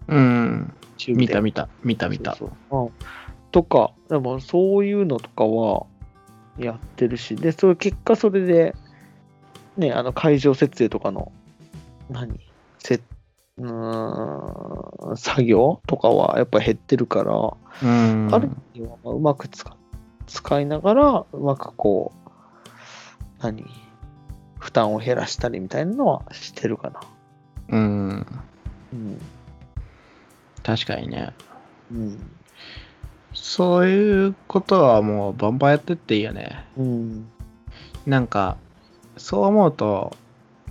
Speaker 2: うん見た
Speaker 3: 見
Speaker 2: 見た見た見た
Speaker 3: そうそううんとかでもそういうのとかはやってるしでそれ結果それで、ね、あの会場設営とかの何せうーん作業とかはやっぱ減ってるから。
Speaker 2: うん
Speaker 3: ある意味はまあうまく使使いながらうまくこう何負担を減らしたりみたいなのはしてるかな。
Speaker 2: うん
Speaker 3: うん
Speaker 2: 確かにね
Speaker 3: うん
Speaker 2: そういうことはもうバンバンやってっていいよね。
Speaker 3: うん
Speaker 2: なんか、そう思うと、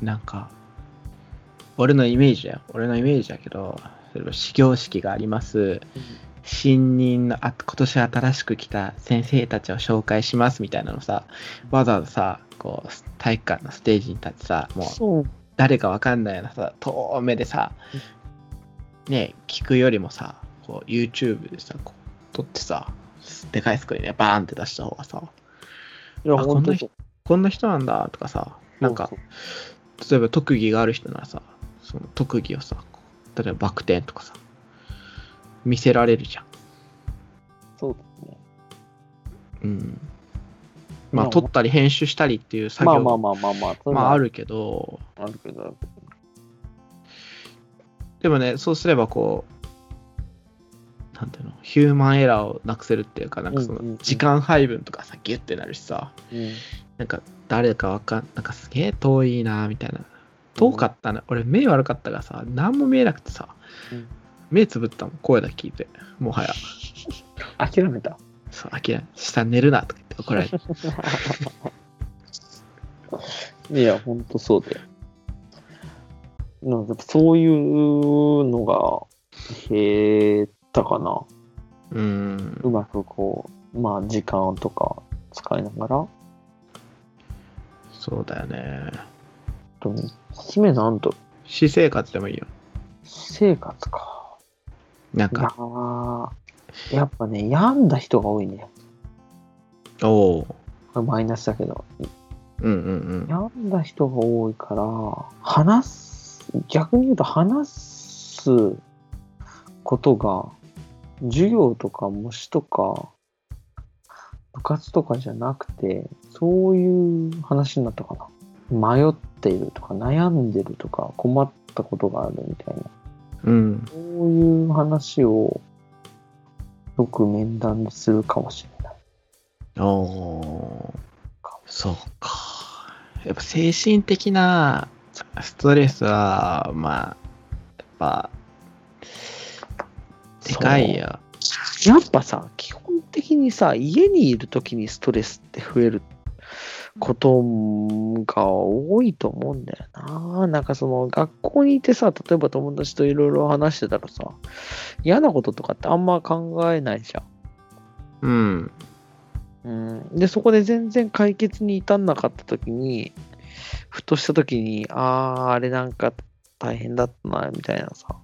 Speaker 2: なんか、俺のイメージだよ。俺のイメージだけど、例えば始業式があります。新任のあ、今年新しく来た先生たちを紹介しますみたいなのさ、わざわざさ、こう、体育館のステージに立ってさ、もう
Speaker 3: そう
Speaker 2: 誰かわかんないようなさ、遠目でさ、ね、聞くよりもさ、こう YouTube でさ、こう撮ってさ、でかいスクリーンでバーンって出した方がさ、
Speaker 3: いや、
Speaker 2: あ
Speaker 3: 本当に
Speaker 2: ここんな人なんだとかさ、なんか
Speaker 3: そう、
Speaker 2: 例えば特技がある人ならさ、その特技をさ、こう例えばバク転とかさ、見せられるじゃん。
Speaker 3: そうですね。
Speaker 2: うん。ま
Speaker 3: ま
Speaker 2: あ、
Speaker 3: あ
Speaker 2: 撮ったり編集したりっていう作
Speaker 3: ま
Speaker 2: 業
Speaker 3: あま
Speaker 2: も
Speaker 3: あまあまあまあ、そういう
Speaker 2: ま
Speaker 3: のは
Speaker 2: ああるけど、
Speaker 3: あるけど、
Speaker 2: でもね、そうすればこう、なんていうの、ヒューマンエラーをなくせるっていうか、なんかそ
Speaker 3: うんうんうん
Speaker 2: の、時間配分とかさ、ギュッてなるしさ、
Speaker 3: うん、
Speaker 2: なんか誰かわかん、なんかすげえ遠いな、みたいな。遠かったな、俺目悪かったからさ、何も見えなくてさ、
Speaker 3: うん
Speaker 2: 目つぶったもん、声だけ聞いて、もはや、
Speaker 3: 諦めた。
Speaker 2: そう、諦め、下寝るなとか言って怒られ て。
Speaker 3: いや、ほんとそうだよ。なんかそういうのが、減ったかな。
Speaker 2: うーん
Speaker 3: う。まくこう、まあ、時間とか使いながら。
Speaker 2: そうだよね。
Speaker 3: でも姫なんと、
Speaker 2: 私生活でもいいよ。
Speaker 3: 私生活か。
Speaker 2: なん
Speaker 3: い
Speaker 2: か
Speaker 3: や、ーやっぱね、病んだ人が多いね。
Speaker 2: おおー。
Speaker 3: これマイナスだけど。
Speaker 2: うんうん
Speaker 3: 病んだ人が多いから、話す、逆に言うと話すことが、授業とか模試とか、部活とかじゃなくて、そういう話になったかな。迷っているとか、悩んでるとか、困ったことがあるみたいな。
Speaker 2: うん。うん。
Speaker 3: そういう話を、よく面談でするかもしれない。
Speaker 2: おお。そうか。やっぱ精神的なストレスは、まあ、やっぱ、でかいよ。
Speaker 3: やっぱさ、基本的にさ、家にいるときにストレスって増えることが多いと思うんだよな。なんかその学校にいてさ、例えば友達といろいろ話してたらさ、嫌なこととかってあんま考えないじゃん。
Speaker 2: うん。
Speaker 3: うん、でそこで全然解決に至んなかった時にふとした時にあああれなんか大変だったなみたいなさ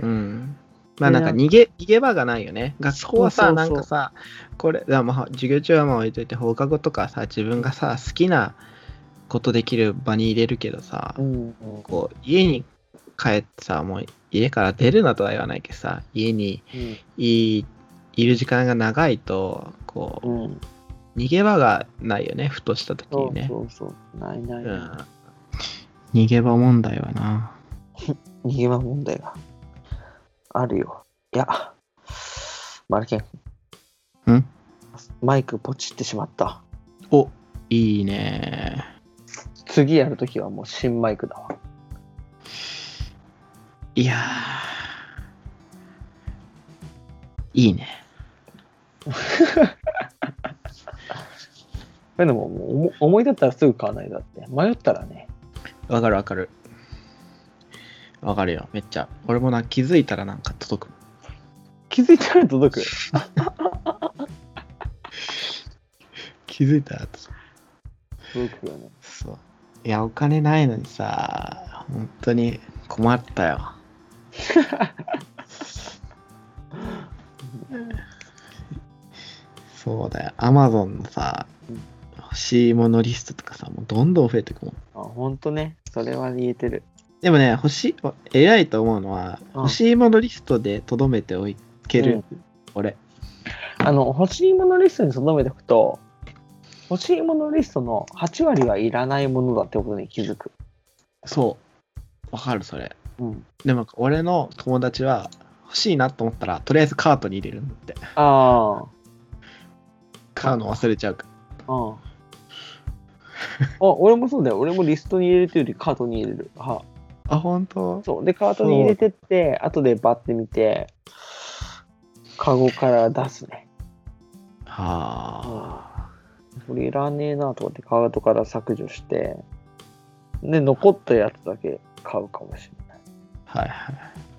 Speaker 2: うん。まあなんか逃げ逃げ場がないよね。学校はさ、
Speaker 3: そうそう
Speaker 2: な
Speaker 3: そうん
Speaker 2: かさ、これ、だまあ授業中はまあ置いといて、放課後とかさ、自分がさ、好きなことできる場に入れるけどさ、
Speaker 3: ん
Speaker 2: こう家に帰ってさ、もう家から出るなとは言わないけどさ、家にいいる時間が長いと、こ
Speaker 3: うん、うん、
Speaker 2: う、逃げ場がないよね、ふとした時
Speaker 3: そ
Speaker 2: に
Speaker 3: う
Speaker 2: ね。
Speaker 3: そうそうないない、
Speaker 2: う
Speaker 3: ない
Speaker 2: ん。逃げ場問題はな。
Speaker 3: 逃げ場問題があるよ。いや、マルケン。
Speaker 2: ん
Speaker 3: マイクポチってしまった。
Speaker 2: おいいね。
Speaker 3: 次やるときはもう新マイクだわ。
Speaker 2: いやーいいね。
Speaker 3: でももう思思い立ったらすぐ買わないだって。迷ったらね。
Speaker 2: わかるわかる。わかるよ、めっちゃ。俺もな、気づいたらなんか届く。
Speaker 3: 気づいたら届く。
Speaker 2: 気づいたら届く。
Speaker 3: 届くよね。
Speaker 2: そう。いや、お金ないのにさ、本当に困った よ。そうだよ、アマゾンのさ
Speaker 3: うん、
Speaker 2: 欲しいものリストとかさ、もうどんどん増えてくもん。
Speaker 3: あ、ほんとね。それは言えてる。
Speaker 2: でもね、欲しい、偉いと思うのは、
Speaker 3: うん
Speaker 2: 欲しいものリストでとどめておいける、俺。
Speaker 3: あの、欲しいものリストに留めておくと、欲しいものリストの8割はいらないものだってことに気づく。
Speaker 2: そう。わかる、それ。
Speaker 3: うん。
Speaker 2: でも、俺の友達は、欲しいなと思ったら、とりあえずカートに入れるんだって。
Speaker 3: ああ。
Speaker 2: 買うの忘れちゃうから。
Speaker 3: うん。あ、俺もそうだよ。俺もリストに入れるというよりカートに入れる。は
Speaker 2: あ、本当
Speaker 3: そう。で、カートに入れてって、後でバッて見て、カゴから出すね。
Speaker 2: はあ。
Speaker 3: これいらねえなとかってカートから削除して、で、残ったやつだけ買うかもしれない。
Speaker 2: はいはい。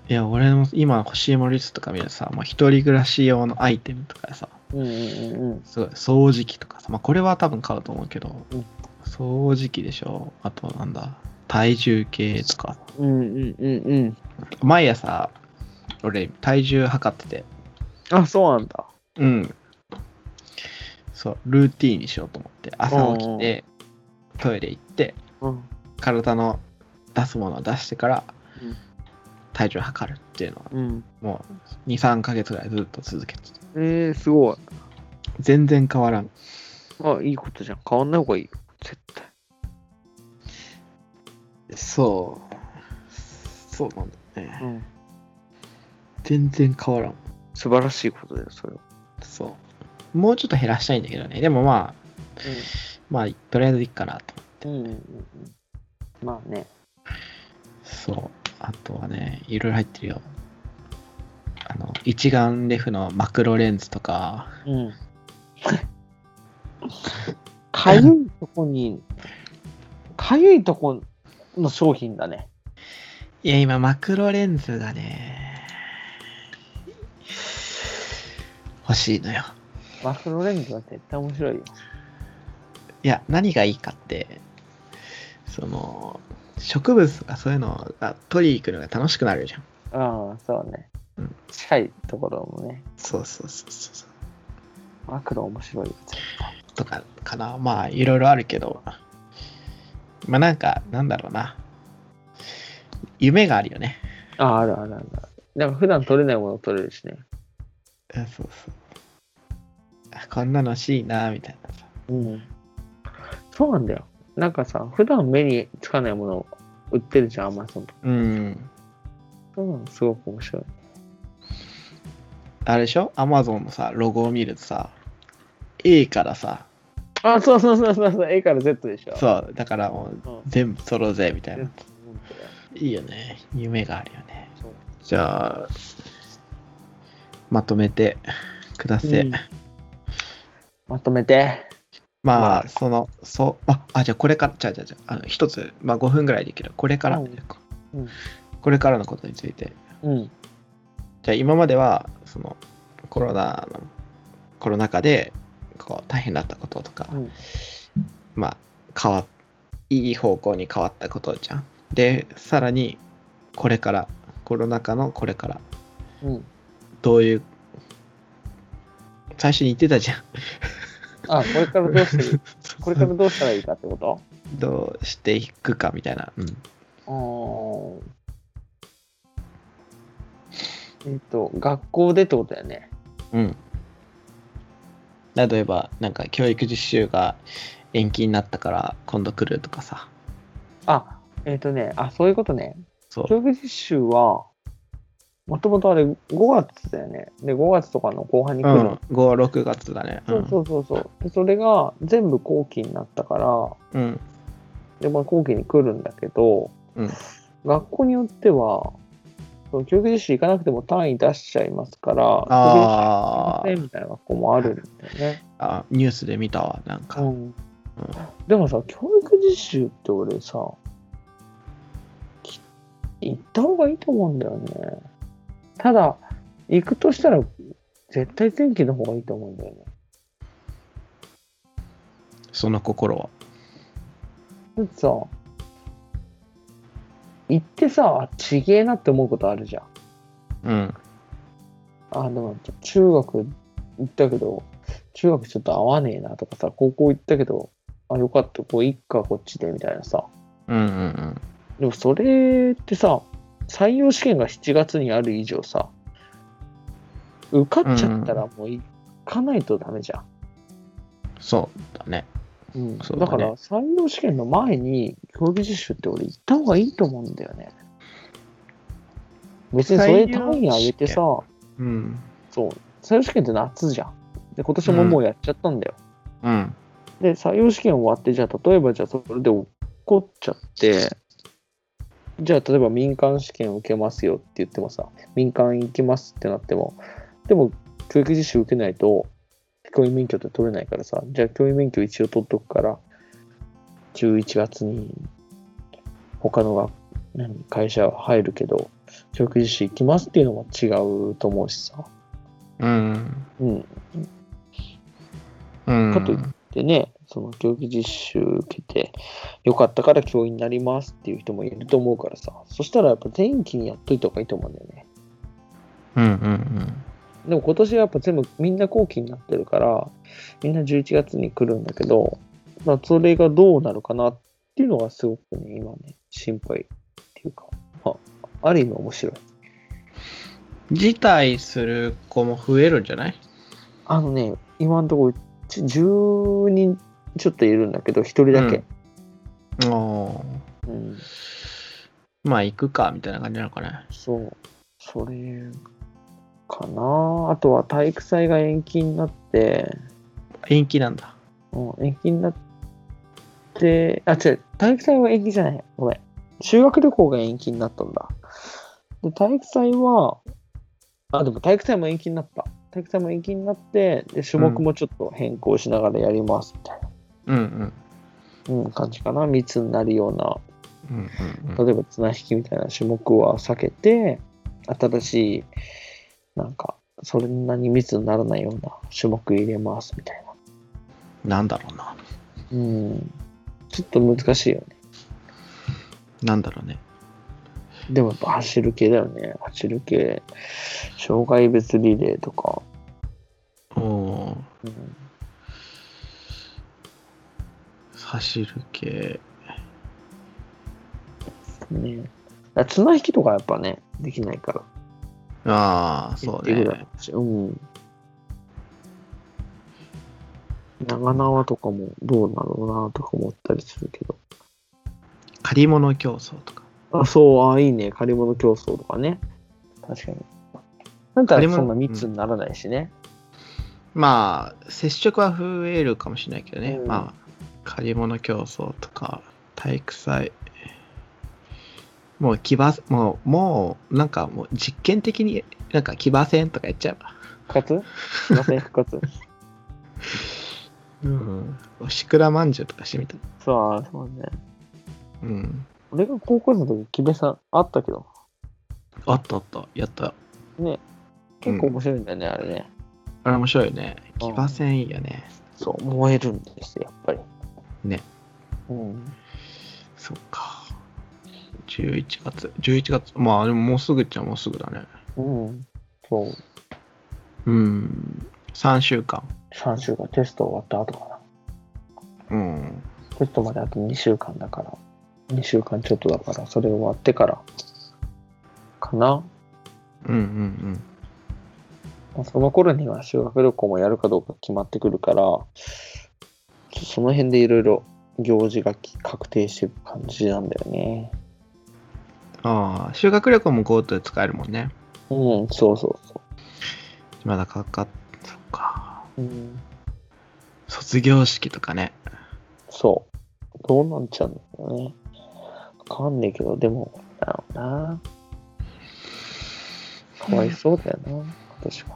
Speaker 2: いや、俺も今欲しいものリストとか見るとさ、もう一人暮らし用のアイテムとかさ、
Speaker 3: うんうんうんうん。
Speaker 2: すごい、掃除機とかさ、まあ、これは多分買うと思うけど、
Speaker 3: うん
Speaker 2: 掃除機でしょ。あと、なんだ、体重計とか。
Speaker 3: うんうんうんうん。
Speaker 2: 毎朝俺、体重測ってて、
Speaker 3: あ、そうなんだ。
Speaker 2: うん。そう、ルーティーンにしようと思って、朝起きて、トイレ行って、
Speaker 3: うん。
Speaker 2: 体の出すものを出してから
Speaker 3: うん、
Speaker 2: 体重測るっていうのは、
Speaker 3: うん。
Speaker 2: もう、2、3ヶ月ぐらいずっと続けてて、
Speaker 3: えー、すごい。
Speaker 2: 全然変わらん。
Speaker 3: あ、いいことじゃん。変わんない方がいいよ。絶対。
Speaker 2: そう。そうなんだよね。
Speaker 3: うん。
Speaker 2: 全然変わらん。
Speaker 3: 素晴らしいことだよ、それは。
Speaker 2: そう。もうちょっと減らしたいんだけどね。でもまあ、まあ、とりあえずいいかなと。
Speaker 3: うん。うん。うん。うんまあね。
Speaker 2: そう。あとはね、いろいろ入ってるよ。あの、一眼レフのマクロレンズとか、
Speaker 3: うん。かゆいとこに、かゆいとこの商品だね。
Speaker 2: いや、今、マクロレンズがね、欲しいのよ。
Speaker 3: マクロレンズは絶対面白いよ。
Speaker 2: いや、何がいいかって、その、植物とかそういうのが取りに行くのが楽しくなるじゃん。
Speaker 3: ああ、そうね
Speaker 2: うん。
Speaker 3: 近いところもね、
Speaker 2: そうそうそうそうそう。
Speaker 3: マクロ面白いよ。絶対
Speaker 2: とかかな。まあ、いろいろあるけど、まあなんか、なんだろうな。夢があるよね。
Speaker 3: ああ、あるあるあるある。なんか普段取れないもの取れるしね。
Speaker 2: うんそうそう。あこんなの欲しいな、みたいなさ。
Speaker 3: うん。そうなんだよ。なんかさ、普段目につかないもの売ってるじゃん、アマゾンとか。
Speaker 2: うん。
Speaker 3: そうなの、すごく面白い。
Speaker 2: あれでしょアマゾンのさ、ロゴを見るとさ、A からさ、
Speaker 3: あ、そうそうそうそうそう、A から Z でしょ。
Speaker 2: そう、だからもう、
Speaker 3: うん。
Speaker 2: 全部揃うぜ、みたいな。
Speaker 3: うん
Speaker 2: いいよね。夢があるよね。
Speaker 3: そう
Speaker 2: じゃあ、まとめてください。
Speaker 3: うんまとめて。
Speaker 2: ま
Speaker 3: ま
Speaker 2: あ、その、そう、あ、あじゃあこれから、じゃあじゃあじゃあ、あの、一つ、まあ5分ぐらいできる。これから、
Speaker 3: うんうん
Speaker 2: これからのことについて。
Speaker 3: うん。
Speaker 2: じゃあ今までは、その、コロナの、コロナ禍で、こう、大変だったこととか、
Speaker 3: うん
Speaker 2: まあ、変わ、いい方向に変わったことじゃん。で、さらに、これから、コロナ禍のこれから、
Speaker 3: うん。
Speaker 2: どういう、最初に言ってたじゃん。
Speaker 3: あ、これからど うしてるこれからどうしたらいいかってこと
Speaker 2: どうしていくかみたいな。うん。
Speaker 3: うーん。えっと、学校でってことだよね。
Speaker 2: うん。例えば、なんか教育実習が延期になったから今度来るとかさ。
Speaker 3: あ、えっとね、あ、そういうことね。
Speaker 2: そう。
Speaker 3: 教育実習は、もともとあれ5月だよね。で、5月とかの後半に
Speaker 2: う
Speaker 3: 来る
Speaker 2: ん
Speaker 3: の。、
Speaker 2: 5、6月だね。
Speaker 3: そうそうそうそう。で、それが全部後期になったから、
Speaker 2: うん。うん。
Speaker 3: で、まあ、後期に来るんだけど、
Speaker 2: うん
Speaker 3: 学校によっては、その教育実習行かなくても単位出しちゃいますから、
Speaker 2: あ
Speaker 3: 教育実習行きませんみたいな学校もあるんだよね。
Speaker 2: あ、ニュースで見たわ、なんか。
Speaker 3: うん、でもさ、教育実習って俺さ、き行った方がいいと思うんだよね。ただ、行くとしたら、絶対前期の方がいいと思うんだよね。
Speaker 2: その心は。
Speaker 3: だってさ、行ってさ、あちげえなって思うことあるじゃん。
Speaker 2: うん。
Speaker 3: あ、でも、中学行ったけど、中学ちょっと合わねえなとかさ、高校行ったけど、あ、よかった、こう、いっか、こっちで、みたいなさ。
Speaker 2: うんうんうん。
Speaker 3: でも、それってさ、採用試験が7月にある以上さ、受かっちゃったらもう行かないとダメじゃん。
Speaker 2: そうだね。
Speaker 3: うん。
Speaker 2: そう
Speaker 3: だ
Speaker 2: だね
Speaker 3: から、採用試験の前に、競技実習って俺行った方がいいと思うんだよね。別にそれ単位上げてさ、
Speaker 2: うん。
Speaker 3: そう、採用試験って夏じゃん。で、今年ももうやっちゃったんだよ。
Speaker 2: うん。
Speaker 3: で、採用試験終わって、じゃあ、例えば、じゃあ、それで落っこっちゃって、じゃあ、例えば民間試験受けますよって言ってもさ、民間行きますってなっても、でも、教育実習受けないと、教員免許って取れないからさ、じゃあ、教員免許一応取っとくから、11月に、他のが、何、会社入るけど、教育実習行きますっていうのも違うと思うしさ。
Speaker 2: うん。
Speaker 3: うん。
Speaker 2: うん。
Speaker 3: かといでね、その競技実習受けて、よかったから教員になりますっていう人もいると思うからさ、そしたらやっぱ前期にやっといた方がいいと思うんだよね。
Speaker 2: うんうん
Speaker 3: でも今年はやっぱ全部みんな後期になってるから、みんな11月に来るんだけど、まあ、それがどうなるかなっていうのがすごくね、今ね、心配っていうか、まあ、ある意味面白い。
Speaker 2: うん。辞退する子も増えるんじゃない
Speaker 3: あのね、今のところち10人ちょっといるんだけど、1人だけ。
Speaker 2: うんおー
Speaker 3: うん、
Speaker 2: まあ行くかみたいな感じなのかね。
Speaker 3: そう。それかな。あとは体育祭が延期になって、
Speaker 2: 延期なんだ。
Speaker 3: うん、延期になって、あ、違う、体育祭は延期じゃない。ごめん。修学旅行が延期になったんだ。で、体育祭は、あ、でも体育祭も延期になった。体育祭も延期になって、で、種目もちょっと変更しながらやりますみたいな、
Speaker 2: うんうん。
Speaker 3: うん感じかな。密になるような
Speaker 2: うんうんうん、
Speaker 3: 例えば綱引きみたいな種目は避けて新しいなんかそんなに密にならないような種目入れますみたいな
Speaker 2: なんだろうな。
Speaker 3: うんちょっと難しいよね
Speaker 2: なんだろうね。
Speaker 3: でもやっぱ走る系だよね走る系障害別リレーとか、
Speaker 2: おおー。
Speaker 3: うん、
Speaker 2: 走る系。
Speaker 3: ねだから綱引きとかやっぱねできないから
Speaker 2: ああ、そう
Speaker 3: でき
Speaker 2: ね。
Speaker 3: ないしうん長縄とかもどうなのかなとか思ったりするけど
Speaker 2: 借り物競争とか。
Speaker 3: あ、そう、あ、いいね。借り物競争とかね。確かに。なんか
Speaker 2: 借り物
Speaker 3: そんな密にならないしね。
Speaker 2: まあ、接触は増えるかもしれないけどね。
Speaker 3: うん
Speaker 2: まあ、借り物競争とか、体育祭。もう騎馬、もう、もう、なんかもう実験的に、なんか騎馬戦とかやっちゃえば。
Speaker 3: 復活すいません、復 活。
Speaker 2: うん。おしくらまんじゅうとかしてみたい。
Speaker 3: そう、あそうね。
Speaker 2: うん。
Speaker 3: 俺が高校生の時、木部さんあったけど、
Speaker 2: あったあった。やった。
Speaker 3: 結構面白いんだよね、あれね。
Speaker 2: あれ面白いよね。
Speaker 3: うん
Speaker 2: 騎馬戦いいよね。
Speaker 3: そう、燃えるんですよ、やっぱり。
Speaker 2: ね。
Speaker 3: うん。
Speaker 2: そっか。11月。11月。まあ、でももうすぐっちゃもうすぐだね。
Speaker 3: うん。そう、
Speaker 2: うん。3週間。
Speaker 3: 3週間テスト終わった後かな。
Speaker 2: うん。
Speaker 3: テストまであと2週間だから、2週間ちょっとだから、それ終わってから、かな。
Speaker 2: うんうん
Speaker 3: まあその頃には修学旅行もやるかどうか決まってくるから、ちょっとその辺でいろいろ行事がき確定してる感じなんだよね。
Speaker 2: うん。ああ、修学旅行も GoTo で使えるもんね。
Speaker 3: うん、そうそうそ
Speaker 2: まだかかっ、そっか。
Speaker 3: う。うん、
Speaker 2: 卒業式とかね。
Speaker 3: そう。どうなんちゃうんだろうね。わかんねえけど、でも、なるな。かわいそうだよな、私は。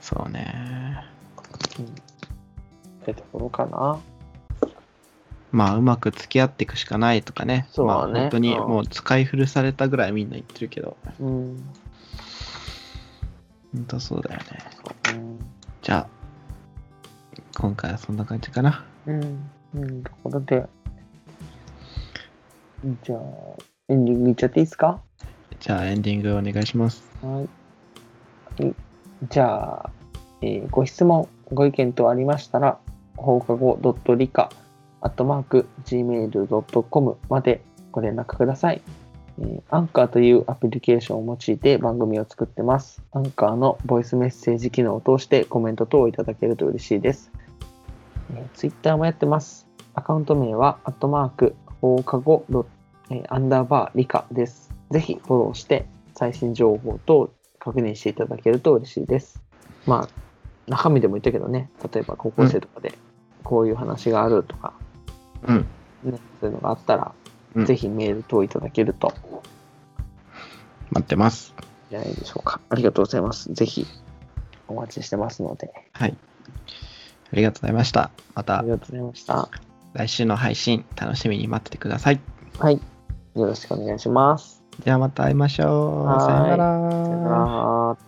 Speaker 2: そうね。
Speaker 3: うん。ってところかな。
Speaker 2: まあ、うまく付き合っていくしかないとかね。
Speaker 3: そう
Speaker 2: ま
Speaker 3: だ
Speaker 2: あ、
Speaker 3: ね
Speaker 2: 本当に
Speaker 3: うん
Speaker 2: もう使い古されたぐらいみんな言ってるけど。
Speaker 3: うん。
Speaker 2: 本当そうだよね。
Speaker 3: うん
Speaker 2: じゃあ、今回はそんな感じかな。
Speaker 3: うん、うん、ところで。じゃあ、エンディングいっちゃっていいですか
Speaker 2: じゃあ、エンディングお願いします。
Speaker 3: はい。はいじゃあ、えーご質問、ご意見等ありましたら、放課後 .lica.gmail.com までご連絡ください。えー、アンカーというアプリケーションを用いて番組を作ってます。アンカーのボイスメッセージ機能を通してコメント等をいただけると嬉しいです。えー、Twitter もやってます。アカウント名は、アットマーク、放課後ドット、えーアンダーバー理科です。ぜひフォローして、最新情報等確認していただけると嬉しいです。まあ、中身でも言ったけどね、例えば高校生とかでこういう話があるとか、
Speaker 2: うん。
Speaker 3: ね、そういうのがあったら、
Speaker 2: うん
Speaker 3: ぜひメール等いただけると
Speaker 2: 待ってます。
Speaker 3: じゃないでしょうか。ありがとうございます。ぜひお待ちしてますので、
Speaker 2: はい。ありがとうございました。ま
Speaker 3: あ
Speaker 2: た
Speaker 3: りがとうございました。
Speaker 2: 来週の配信楽しみに待っててください。
Speaker 3: はい。よろしくお願いします。
Speaker 2: ではまた会いましょう。さよなら
Speaker 3: さよなら。